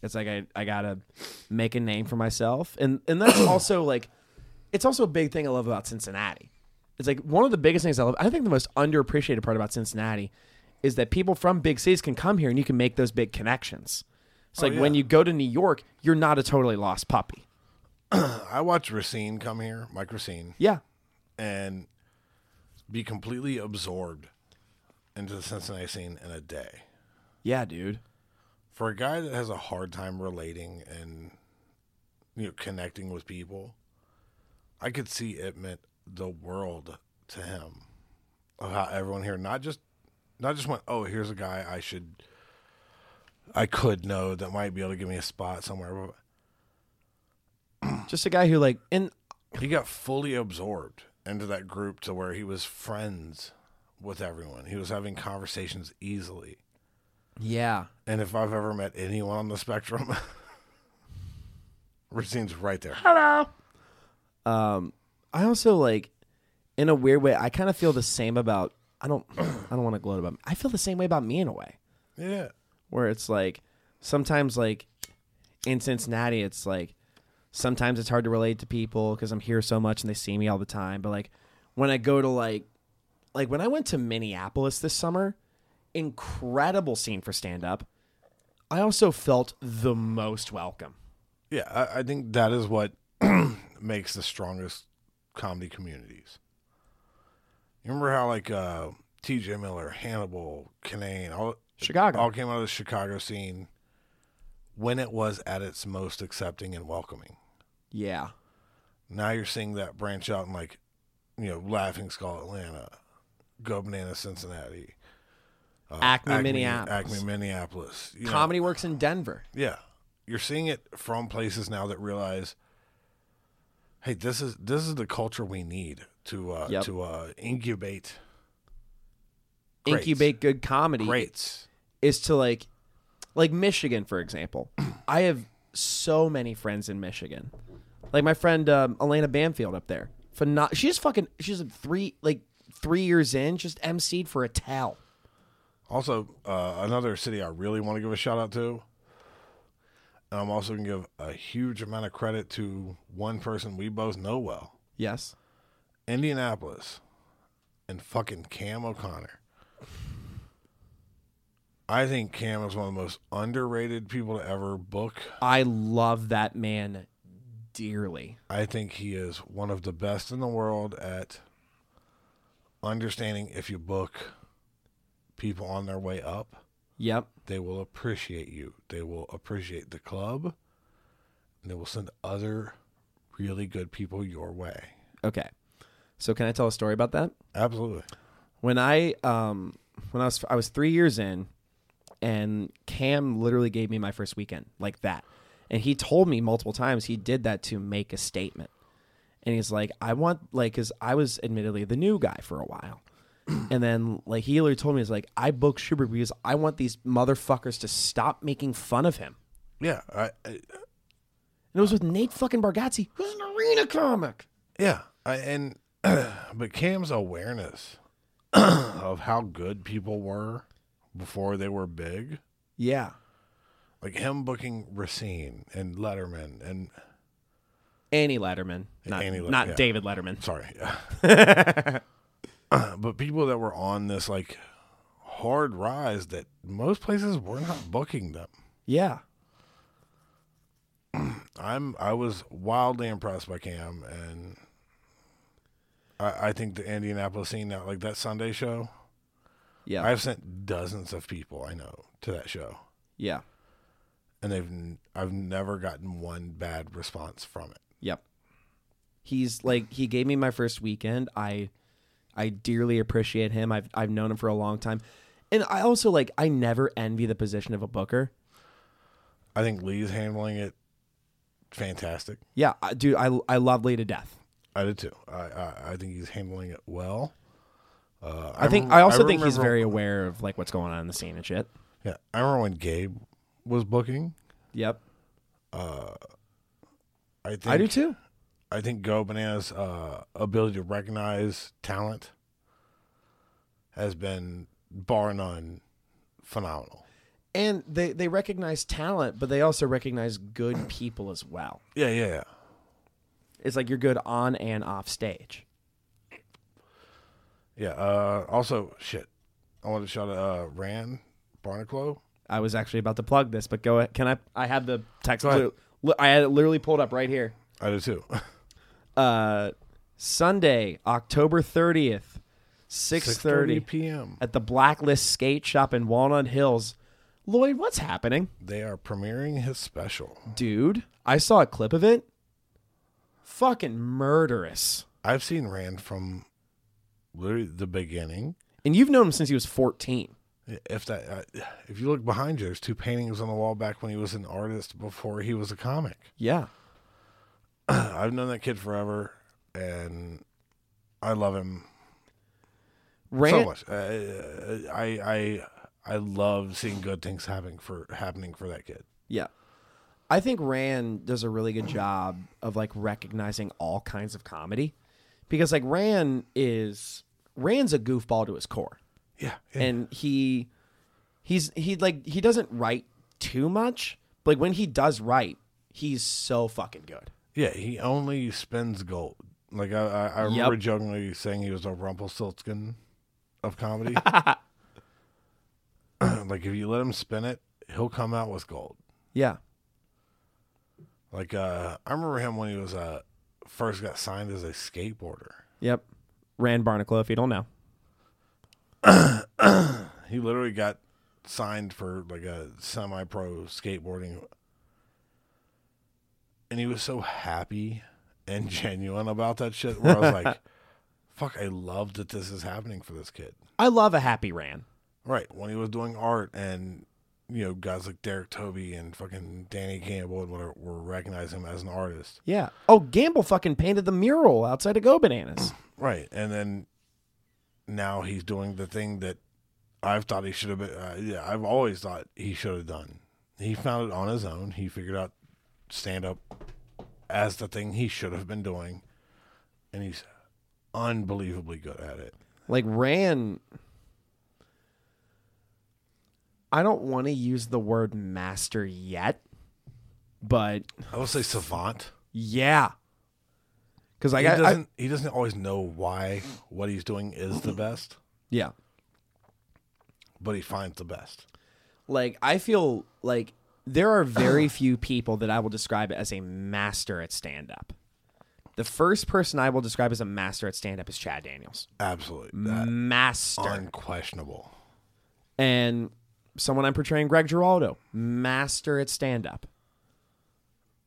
It's like I, I gotta make a name for myself. And and that's (coughs) also like it's also a big thing I love about Cincinnati. It's like one of the biggest things I love I think the most underappreciated part about Cincinnati is that people from big cities can come here and you can make those big connections. It's like when
yeah.
you go to New York, you're not a totally lost puppy.
I watched Racine come here, Mike Racine.
Yeah.
and be completely absorbed into the Cincinnati scene in a day.
Yeah, dude.
For a guy that has a hard time relating and you know connecting with people, I could see it meant the world to him of how everyone here not just not just went, oh, here's a guy I should I could know that might be able to give me a spot somewhere.
Just a guy who like and
But he got fully absorbed into that group to where he was friends with everyone. He was having conversations easily.
Yeah.
And if I've ever met anyone on the spectrum, (laughs) Racine's right there.
I also like, in a weird way, I kind of feel the same about. I don't. (coughs) I don't want to gloat about. I feel the same way about me in a way,
Yeah.
where it's like sometimes like in Cincinnati, it's like sometimes it's hard to relate to people because I'm here so much and they see me all the time. But like when I go to like like when I went to Minneapolis this summer, incredible scene for stand up. I also felt the most welcome.
Yeah. I, I think that is what (clears throat) makes the strongest comedy communities. You remember how, like, uh, TJ Miller, Hannibal, Canane, all,
Chicago.
all came out of the Chicago scene when it was at its most accepting and welcoming.
Yeah.
Now you're seeing that branch out in, like, you know, Laughing Skull, Atlanta, Go Banana, Cincinnati.
Acme, Minneapolis.
Uh, Acme, Minneapolis. You know,
Comedy works in Denver.
yeah, you're seeing it from places now that realize, hey, this is this is the culture we need to uh,
Yep.
to uh, incubate greats.
Incubate good comedy.
greats.
is to like like Michigan for example. (clears throat) I have so many friends in Michigan. Like my friend um, Elena Banfield up there. Phenom- she's fucking she's a three like 3 years in just emceed for a tell.
Also, uh, another city I really want to give a shout out to. and I'm also going to give a huge amount of credit to one person we both know well
Yes.
Indianapolis and fucking Cam O'Connor. I think Cam is one of the most underrated people to ever book.
I love that man dearly.
I think he is one of the best in the world at understanding if you book people on their way up,
Yep.
they will appreciate you. They will appreciate the club. And they will send other really good people your way.
Okay. So can I tell a story about that?
Absolutely.
when I um when I was I was three years in, and Cam literally gave me my first weekend like that, and he told me multiple times he did that to make a statement, and he's like, I want like because I was admittedly the new guy for a while. And then, like he literally told me, he's like, "I booked Schubert because I want these motherfuckers to stop making fun of him."
Yeah. I, I
And it was with Nate fucking Bargatze, who's an arena comic.
Yeah, I, and (clears throat) but Cam's awareness (clears throat) of how good people were before they were big,
Yeah,
like him booking Racine and Letterman, and
Annie Letterman, not
Annie Let-
not
yeah.
David Letterman.
sorry, (laughs) (clears throat) but people that were on this like hard rise that most places were not booking them.
Yeah,
I'm I was wildly impressed by Cam, and I, I think the Indianapolis scene now, like that Sunday show,
yeah,
I've sent dozens of people I know to that show.
yeah,
and they've n- I've never gotten one bad response from it.
Yep. He's like he gave me my first weekend. I I dearly appreciate him. I've I've known him for a long time. And I also like I never envy the position of a booker.
I think Lee's handling it fantastic.
Yeah, I, dude, I I love Lee to death.
I did too. I I, I think he's handling it well. Uh,
I think
rem-
I also think he's
remember-
very aware of like what's going on in the scene and shit.
Yeah, I remember when Gabe was booking.
Yep.
I think
I do too.
I think Go Bananas' uh, ability to recognize talent has been bar none phenomenal.
And they they recognize talent, but they also recognize good people as well.
Yeah, yeah, yeah.
It's like you're good on and off stage.
Yeah. Uh, also, shit. I wanted to shout out uh, Rand Barnacle.
I was actually about to plug this, but go ahead. Can I? I have the text.
Go ahead.
Li- li- I had it literally pulled up right here.
I do too. (laughs)
uh, Sunday, October 30th, 6.30
p.m.
at the Blacklist Skate Shop in Walnut Hills. Lloyd, what's happening?
They are premiering his special.
Dude, I saw a clip of it. Fucking murderous.
I've seen Rand from literally the beginning.
And you've known him since he was 14.
If that, uh, if you look behind you, there's two paintings on the wall back when he was an artist before he was a comic. (clears throat)
Yeah.
I've known that kid forever, and I love him
Rand,
so much. Uh, I I I love seeing good things happening for happening for that kid.
Yeah. I think Rand does a really good job of like recognizing all kinds of comedy because like Rand is Rand's a goofball to his core.
Yeah,
and he he's he like he doesn't write too much but like when he does write he's so fucking good
yeah. He only spends gold. Like I I, I remember jokingly saying he was a Rumpelstiltskin of comedy. (clears throat) like if you let him spin it, he'll come out with gold.
yeah
Like uh, I remember him when he was uh, first got signed as a skateboarder.
yep rand barnacle if you don't know
He literally got signed for like a semi-pro skateboarding, and he was so happy and (laughs) genuine about that shit. Where I was like, "Fuck, I love that this is happening for this kid."
i love a happy rand
Right when he was doing art and. You know, guys like Derek Toby and fucking Danny Campbell and whatever were recognizing him as an artist.
yeah oh gamble fucking painted the mural outside of go bananas (clears throat)
Right, and then now he's doing the thing that I've thought he should have been. Uh, yeah, I've always thought he should have done. He found it on his own. He figured out stand up as the thing he should have been doing, and he's unbelievably good at it.
like Rand I don't want to use the word master yet, but
I will say savant.
yeah, because like
He
I, I
doesn't. he doesn't always know why what he's doing is the best,
yeah,
but he finds the best.
like I feel like there are very (sighs) few people that I will describe as a master at stand up. The first person I will describe as a master at stand up is Chad Daniels.
Absolutely,
Mm.
that
Master.
unquestionable.
and someone I'm portraying, Greg Giraldo, master at stand up.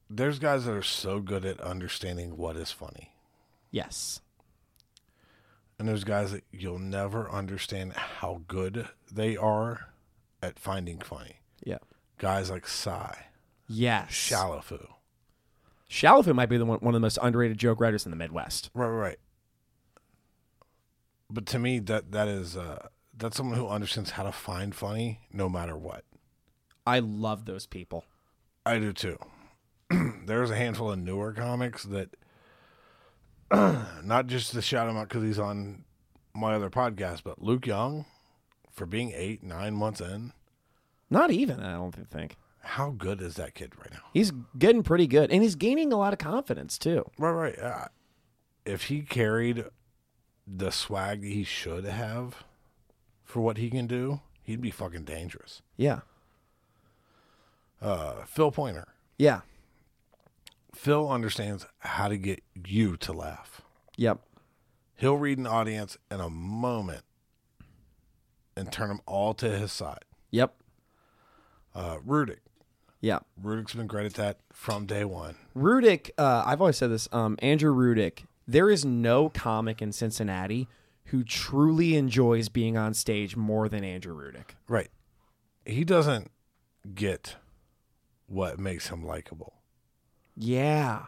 There's guys that are so good at understanding what is funny,
Yes.
and there's guys that you'll never understand how good they are at finding funny.
Yeah.
Guys like Psy,
Yes.
Shalafu.
Shalafu might be the one, one of the most underrated joke writers in the Midwest.
Right, right, right. But to me, that that is uh, that's someone who understands how to find funny no matter what.
I love those people.
I do too. (clears throat) There's a handful of newer comics that, (clears throat) not just to shout him out because he's on my other podcast, but Luke Young, for being eight nine months in,
Not even, I don't think.
how good is that kid right now?
He's getting pretty good, and he's gaining a lot of confidence too.
Right, right. Uh, if he carried the swag that he should have for what he can do, he'd be fucking dangerous.
Yeah.
Uh, Phil Pointer.
Yeah.
Phil understands how to get you to laugh.
Yep.
He'll read an audience in a moment and turn them all to his side.
Yep.
Uh, Rudick.
Yeah.
Rudick's been great at that from day one.
Rudick, uh, I've always said this, um, Andrew Rudick, there is no comic in Cincinnati who truly enjoys being on stage more than Andrew Rudick.
Right. He doesn't get what makes him likable,
Yeah.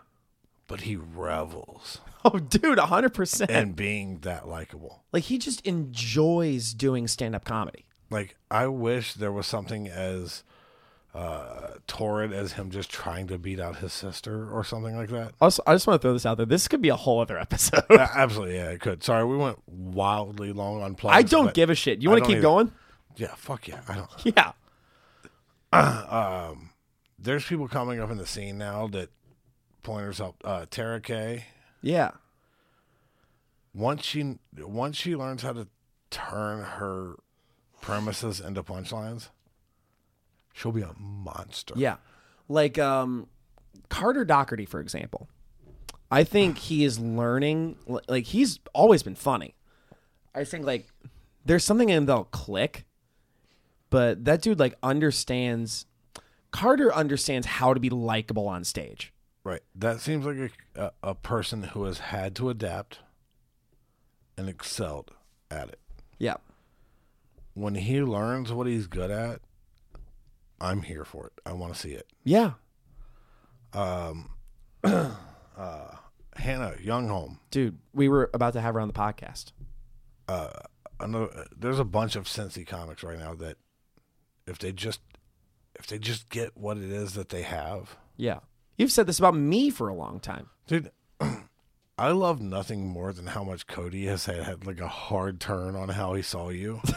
but he revels
(laughs) Oh, dude, 100%.
in being that likable.
like, he just enjoys doing stand up comedy.
Like, I wish there was something as uh, torrid as him just trying to beat out his sister or something like that.
Also, I just want to throw this out there. This could be a whole other episode.
Uh, absolutely, yeah, it could. Sorry, we went wildly long on plugs.
(laughs) I don't
but-
give a shit. You
I
want to
don't
keep
either.
going?
Yeah, fuck yeah. I don't.
(laughs) Yeah.
There's people coming up in the scene now that pointers helped. Uh, Tara K.
Yeah.
Once she once she learns how to turn her premises into punchlines, she'll be a monster.
Yeah. Like um Carter Doherty, for example. I think he is learning li- like he's always been funny. I think like there's something in him that'll click. But that dude like understands Carter understands how to be likable on stage.
Right. That seems like a, a a person who has had to adapt and excelled at it.
Yeah.
When he learns what he's good at, I'm here for it. I want to see it.
Yeah.
Hannah Youngholm.
Dude, we were about to have her on the podcast.
another uh, there's a bunch of Cincy comics right now that if they just if they just get what it is that they have.
Yeah. You've said this about me for a long time.
Dude, (clears throat) I love nothing more than how much Cody has had, had like a hard turn on how he saw you. (laughs)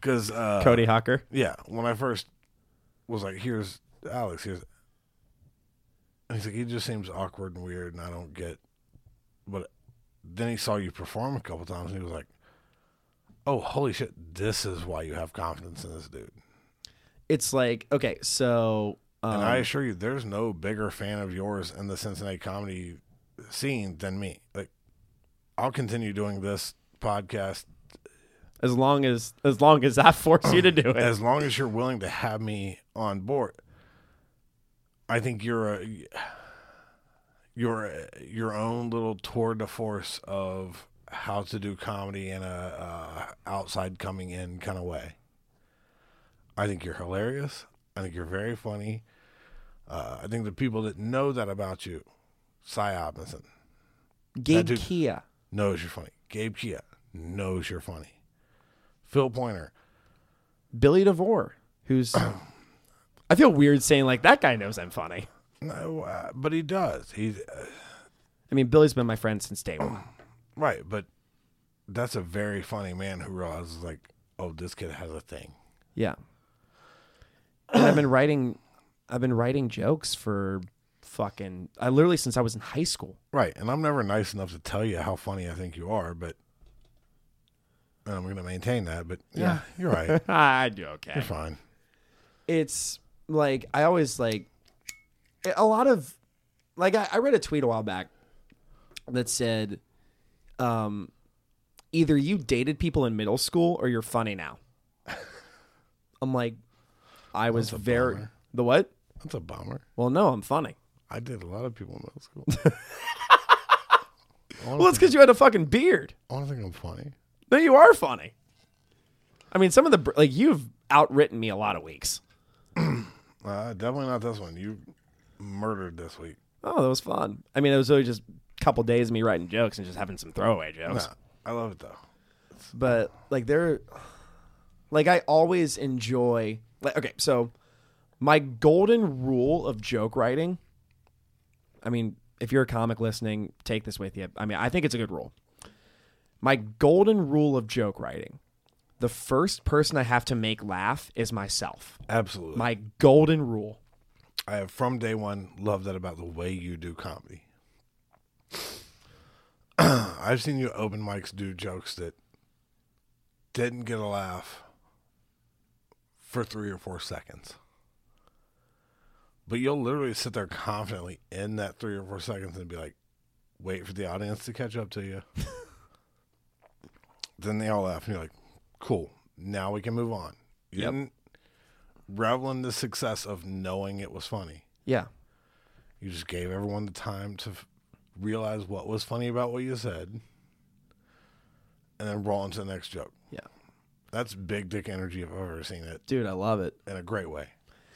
Cause uh
Cody Hawker.
yeah, when I first was like, here's Alex, here's and he's like, he just seems awkward and weird and I don't get but then he saw you perform a couple times and he was like, Oh, holy shit, this is why you have confidence in this dude.
It's like, okay, so um,
And I assure you, there's no bigger fan of yours in the Cincinnati comedy scene than me. Like I'll continue doing this podcast
as long as as long as I force you to do it.
as long as you're willing to have me on board i think you're a you're a- your own little tour de force of how to do comedy in a uh, outside coming in kind of way i think you're hilarious i think you're very funny uh, i think the people that know that about you cy Robinson
Gabe
dude-
Kia.
knows you're funny gabe kia knows you're funny phil pointer
Billy DeVore, who's I feel weird saying like that guy knows I'm funny.
no, uh, but he does he
I mean, Billy's been my friend since day one.
Right, but that's a very funny man who realizes like, oh, this kid has a thing.
Yeah. And I've been writing I've been writing jokes for fucking I literally since I was in high school.
Right. And I'm never nice enough to tell you how funny I think you are, but and I'm going to maintain that. But yeah, you're right. (laughs)
I do okay.
you're fine.
it's like I always like a lot of like I, I read a tweet a while back that said, um, either you dated people in middle school or you're funny now. (laughs) I'm like, I was very the what?
That's a bummer.
Well, no, I'm funny.
I did a lot of people in middle school.
Well, it's because you had a fucking beard.
I don't think I'm funny.
No, you are funny. I mean, some of the br- like you've outwritten me a lot of weeks.
Uh, definitely not this one. You murdered this week.
Oh, that was fun. I mean, it was really just a couple days of me writing jokes and just having some throwaway jokes.
Nah, I love it though.
But like there, like I always enjoy like okay, so my golden rule of joke writing. I mean, if you're a comic listening, take this with you. I mean, I think it's a good rule. My golden rule of joke writing. The first person I have to make laugh is myself.
Absolutely.
My golden rule.
I have from day one loved that about the way you do comedy. (clears throat) I've seen you open mics do jokes that didn't get a laugh for three or four seconds. But you'll literally sit there confidently in that three or four seconds and be like, wait for the audience to catch up to you. (laughs) then they all laugh and you're like, cool, now we can move on. You
Yep.
didn't revel in the success of knowing it was funny.
Yeah.
You just gave everyone the time to f- realize what was funny about what you said and then roll into the next joke.
Yeah.
That's big dick energy if I've ever seen it
Dude, I love it.
in a great way.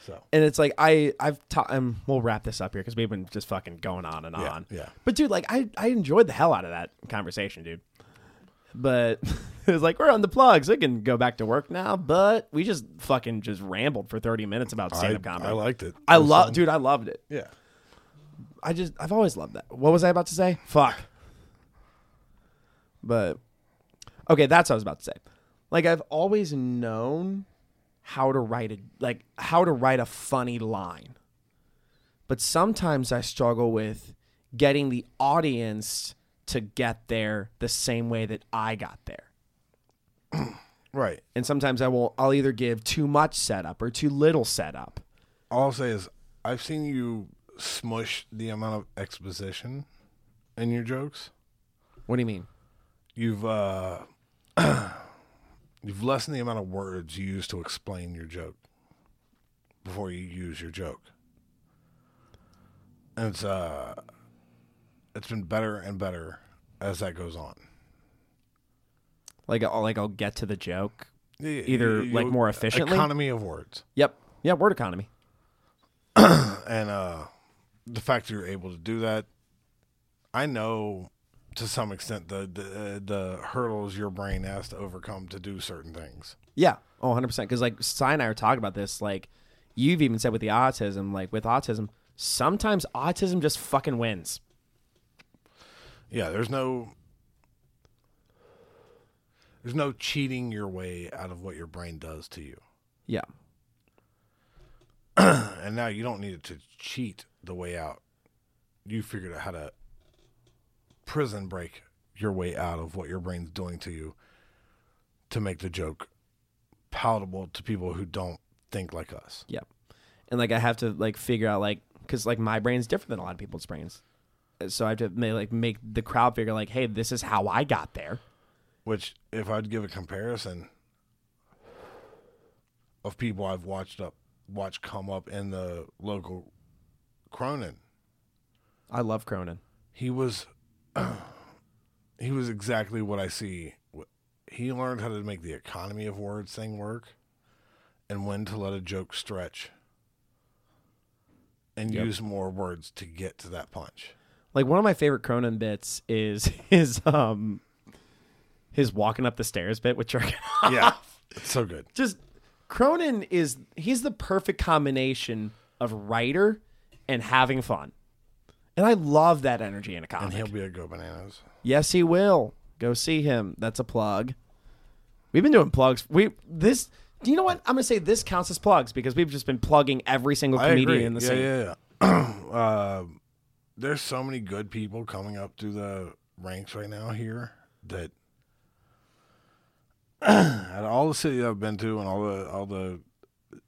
So,
and it's like I I've taught um we'll wrap this up here because we've been just fucking going on and
Yeah,
on.
yeah.
But dude, like I I enjoyed the hell out of that conversation, dude. But (laughs) it was like we're on the plugs. We can go back to work now, but we just fucking just rambled for thirty minutes about
I,
stand up comedy.
I liked it.
I
It was
love,
fun.
dude. I loved it.
Yeah.
I just I've always loved that. What was I about to say? Fuck. But okay, that's what I was about to say. Like I've always known how to write a like how to write a funny line. But sometimes I struggle with getting the audience to get there the same way that I got there.
Right.
And sometimes I will I'll either give too much setup or too little setup.
All I'll say is I've seen you smush the amount of exposition in your jokes.
What do you mean?
You've uh (clears throat) you've lessened the amount of words you use to explain your joke before you use your joke. And it's uh it's been better and better as that goes on.
Like I'll like I'll get to the joke
Yeah,
Either,
you-
like,
you-
more efficiently?
economy of words.
Yep. Yeah, word economy.
and uh the fact that you're able to do that i know to some extent the the, the hurdles your brain has to overcome to do certain things
Yeah. Oh, 100%. Because, like, Cy and I were talking about this. Like, you've even said with the autism, like, with autism, sometimes autism just fucking wins.
yeah there's no there's no cheating your way out of what your brain does to you
Yeah.
and now you don't need it to cheat the way out you figured out how to prison break your way out of what your brain's doing to you to make the joke palatable to people who don't think like us
Yep. And, like, I have to, like, figure out, like, because, like, my brain's different than a lot of people's brains. Uh, So I have to, ma- like, make the crowd figure, like, hey, this is how I got there.
Which, if I'd give a comparison of people I've watched up, watched come up in the local Cronin,
I love Cronin.
he was, (clears throat) he was exactly what I see. He learned how to make the economy of words thing work, and when to let a joke stretch, and use more words to get to that punch.
Like, one of my favorite Cronin bits is (laughs) his, um, his walking up the stairs bit with (laughs) jerking
Yeah, it's so good.
just Cronin is he's the perfect combination of writer and having fun. And I love that energy in a
And
comic.
he'll be a go bananas.
yes, he will. Go see him. That's a plug. We've been doing plugs. We this. Do you know what? I'm gonna say this counts as plugs because we've just been plugging every single
I
comedian
agree.
in the
yeah,
scene.
yeah, yeah. (clears throat) uh, there's so many good people coming up through the ranks right now here that (clears throat) out of all the cities I've been to and all the all the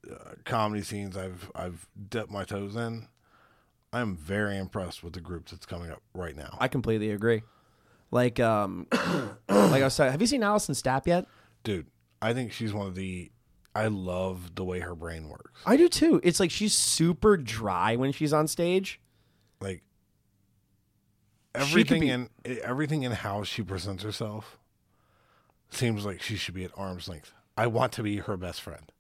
uh, comedy scenes I've I've dipped my toes in, I'm very impressed with the group that's coming up right now.
I completely agree. Like um, (coughs) like I was saying, have you seen Allison Stapp yet?
Dude, I think she's one of the. I love the way her brain works.
I do too. It's like she's super dry when she's on stage.
Like
She could
everything
be-
in e, everything in how she presents herself seems like she should be at arm's length. I want to be her best
(laughs)
friend.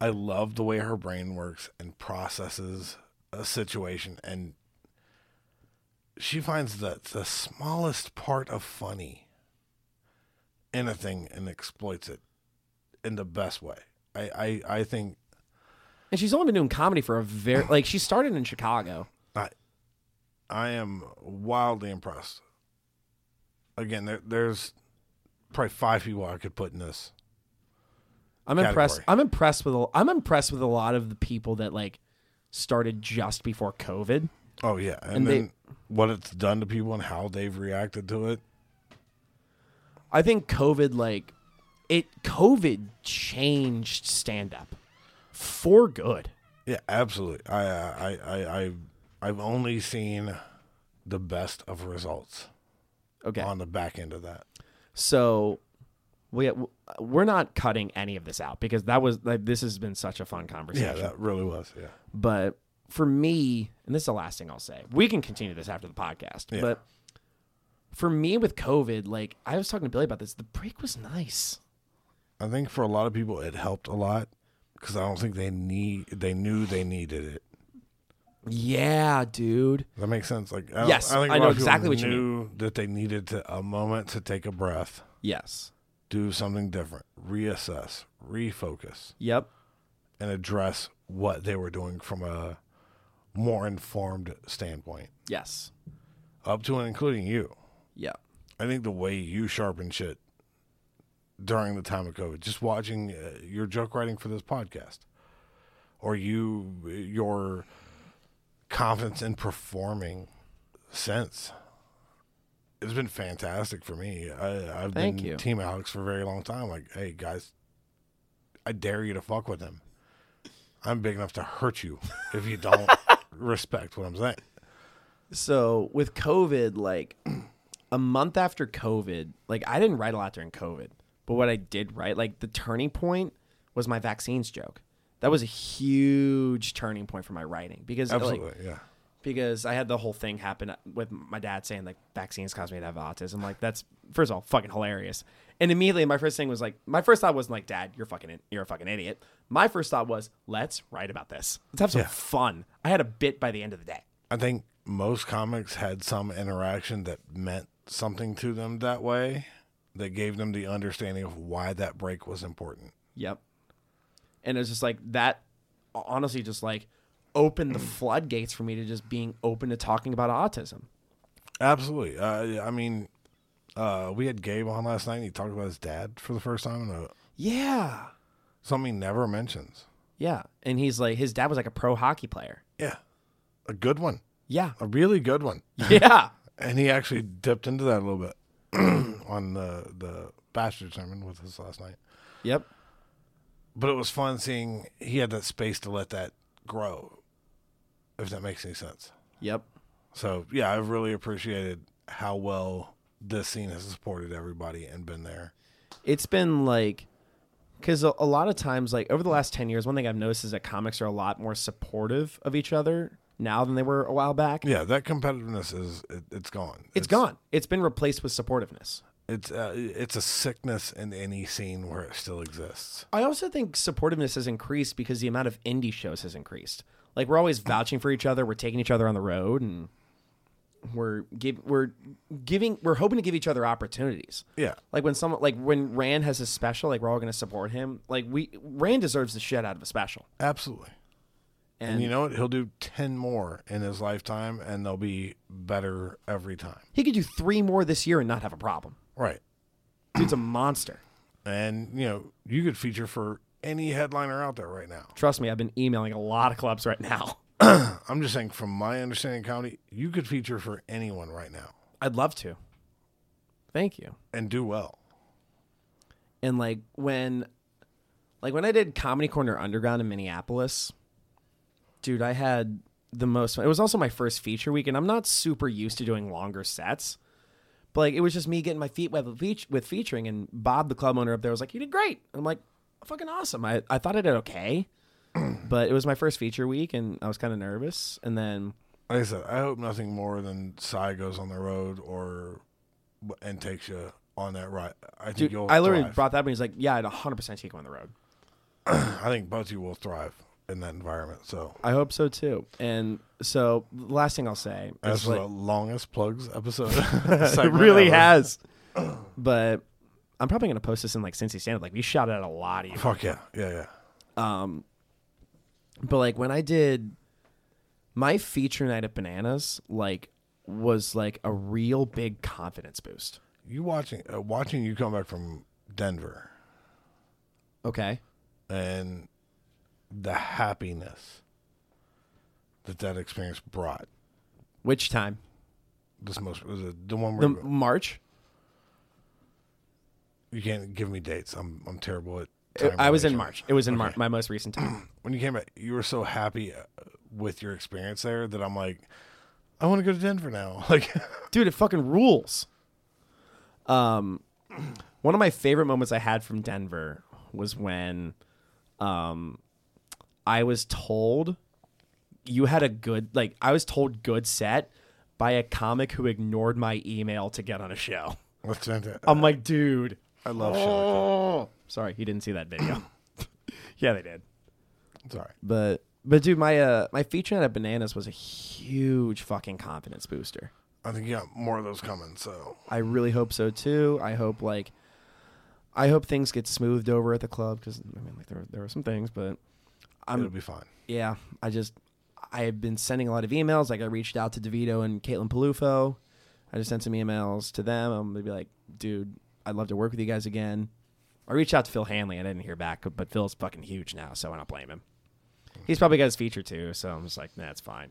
I love the way her brain works and processes a situation and she finds the the smallest part of funny anything and exploits it in the best way. I, I, I think
And she's only been doing comedy for a very like she started in Chicago.
I I am wildly impressed. Again, there, there's probably five people I could put in this.
I'm impressed.
Category.
I'm impressed with. A, I'm impressed with a lot of the people that like started just before COVID.
Oh yeah, and,
And they-
then what it's done to people and how they've reacted to it.
I think COVID like it. COVID changed stand up for good.
Yeah, absolutely. I I I I I've only seen the best of results
Okay,
on the back end of that.
so we we're not cutting any of this out because that was like this has been such a fun conversation.
Yeah, that really was. Yeah.
but for me, and this is the last thing I'll say. We can continue this after the podcast,
Yeah.
but for me with COVID, like I was talking to Billy about this, the break was nice.
I think for a lot of people it helped a lot cuz I don't think they need they knew they needed it.
Yeah, dude.
Does that make sense? Like, I don't-
Yes,
I, think a
I
lot
know
of people
exactly what you
knew that they needed to, a moment to take a breath,
Yes.
do something different, reassess, refocus,
Yep.
and address what they were doing from a more informed standpoint,
Yes.
up to and including you.
Yep.
I think the way you sharpen shit during the time of COVID, just watching uh, your joke writing for this podcast, or you your confidence in performing since, it's been fantastic for me. I, I've
Thank
been
you.
Team Alex for a very long time. Like, hey guys, I dare you to fuck with him. I'm big enough to hurt you if you
(laughs)
don't respect what I'm saying.
So with COVID, like (clears throat) a month after COVID, like I didn't write a lot during COVID, but what I did write, like the turning point was my vaccines joke. That was a huge turning point for my writing because like,
Absolutely, yeah.
because I had the whole thing happen with my dad saying like vaccines cause me to have autism. Like that's first of all fucking hilarious. And immediately my first thing was like my first thought wasn't like dad you're fucking in- you're a fucking idiot. My first thought was let's write about this. Let's have some
Yeah.
fun. I had a bit by the end of the day.
I think most comics had some interaction that meant something to them that way that gave them the understanding of why that break was important.
Yep. And it's just like that honestly just like opened the floodgates for me to just being open to talking about autism.
Absolutely. Uh, I mean, uh, we had Gabe on last night and he talked about his dad for the first time, and uh,
Yeah.
something he never mentions.
Yeah. And he's like his dad was like a pro hockey player.
Yeah. A good one,
Yeah.
a really good one.
(laughs) Yeah.
And he actually dipped into that a little bit (clears throat) on the, the bastard sermon with us last night.
(laughs) yep.
but it was fun seeing he had that space to let that grow if that makes any sense
Yep.
so yeah i've really appreciated how well this scene has supported everybody and been there
it's been like because a, a lot of times like over the last 10 years one thing i've noticed is that comics are a lot more supportive of each other now than they were a while back
yeah that competitiveness is it, it's gone
it's gone it's been replaced with supportiveness
it's uh, it's a sickness in any scene where it still exists
i also think supportiveness has increased because the amount of indie shows has increased like we're always vouching for each other we're taking each other on the road and we're give, we're giving we're hoping to give each other opportunities
yeah
like when someone like when rand has his special like we're all going to support him like we rand deserves the shit out of a special
absolutely
and,
and you know what he'll do 10 more in his lifetime and they'll be better every time
He could do three more this year and not have a problem.
right
Dude's a monster.
And, you know, you could feature for any headliner out there right now.
Trust me, I've been emailing a lot of clubs right now.
I'm just saying, from my understanding of comedy, you could feature for anyone right now
I'd love to. Thank you.
and do well.
and like when like when I did Comedy Corner Underground in Minneapolis, dude, I had the most fun. It was also my first feature week, and I'm not super used to doing longer sets. But like it was just me getting my feet wet with, feat- with featuring, and Bob, the club owner up there, was like, "You did great." And I'm like, "Fucking awesome!" I I thought I did (clears throat) okay, but it was my first feature week, and I was kind of nervous. And then
Like I said, I hope nothing more than Psy goes on the road or and takes you on that ride. I think
dude,
you'll.
I literally
thrive.
brought that up, and he's like, "Yeah, I'd 100 percent take him on the road."
I think both of you will thrive in that environment. So
I hope so too. And so, the last thing I'll say
that's
is like,
the longest plugs
(laughs)
episode. (laughs)
it
segment
really
ever.
has. (clears throat) but I'm probably gonna post this in like Cincy Standard. Like we shot at a lot of you.
Fuck yeah, yeah, yeah.
Um, But like when I did my feature night at Bananas, like was like a real big confidence boost.
You watching uh, watching you come back from Denver
Okay.
and the happiness that that experience brought.
Which time?
This most was it the one
The
where you-
March.
you can't give me dates. I'm I'm terrible at. time
I was in
relation.
March. It was in March. My most recent time.
when you came back, you were so happy uh, with your experience there that I'm like, I want to go to Denver now. (laughs) Like,
dude, it fucking rules. Um, one of my favorite moments I had from Denver was when, um, I was told you had a good like I was told good set by a comic who ignored my email to get on a show. (laughs)
what's that?
I'm like, dude,
I love shit.
oh.
Like
sorry, he didn't see that video. yeah, they did.
that. Sorry,
But but dude, my uh my feature night at Bananas was a huge fucking confidence booster.
I think you got more of those coming. So
I really hope so too. I hope like I hope things get smoothed over at the club because I mean like there were- there were some things, but
it'll be fine.
yeah, I just I have been sending a lot of emails. Like I reached out to Devito and Caitlin Palufo. I just sent some emails to them. I'm gonna be like, dude, I'd love to work with you guys again. I reached out to Phil Hanley. I didn't hear back, but Phil's fucking huge now, so I don't blame him. He's probably got his feature too, so I'm just like, nah, it's fine.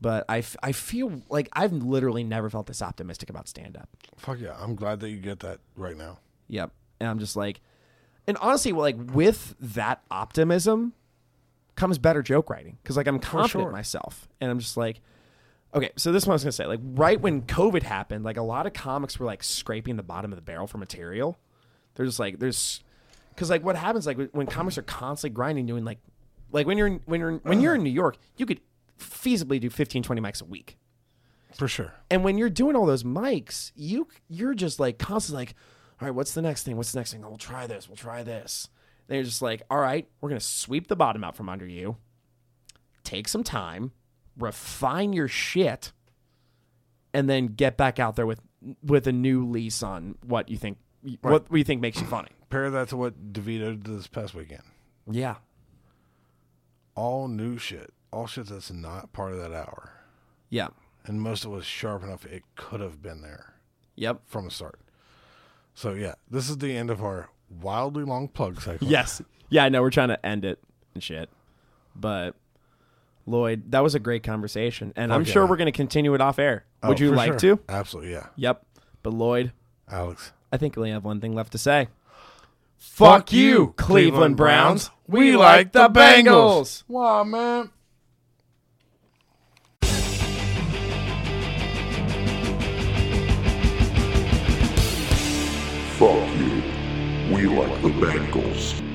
But I, f- I feel like I've literally never felt this optimistic about stand up.
Fuck yeah, I'm glad that you get that right now.
Yep. And I'm just like, and honestly, well, like with that optimism comes better joke writing because like I'm confident
sure.
in myself, and I'm just like, okay. So this one I was gonna say, like right when COVID happened, like a lot of comics were like scraping the bottom of the barrel for material. They're just like there's, because like what happens like when comics are constantly grinding, doing like, like when you're in, when you're in, when you're in New York, you could feasibly do 15, 20 mics a week.
For sure.
And when you're doing all those mics, you you're just like constantly like, all right, what's the next thing? What's the next thing? Oh, we'll try this. We'll try this. Then you're just like, all right, we're gonna sweep the bottom out from under you. Take some time, refine your shit, and then get back out there with with a new lease on what you think what we think makes you funny.
Pair that to what DeVito did this past weekend.
Yeah,
All new shit. All shit that's not part of that hour.
yeah,
And most of it was sharp enough it could have been there
yep.
from the start. So yeah, this is the end of our wildly long plug cycle.
Yes. Yeah, I know we're trying to end it and shit. But Lloyd, that was a great conversation. And I'm
Fuck
sure
Oh, yeah.
we're gonna continue it off air.
Oh,
Would you
for
like
sure.
to?
Absolutely, yeah.
Yep. But Lloyd,
Alex.
I think we only have one thing left to say.
Fuck you, Cleveland Browns. We like the Bengals. Wow, man.
Fuck you. We like the Bengals.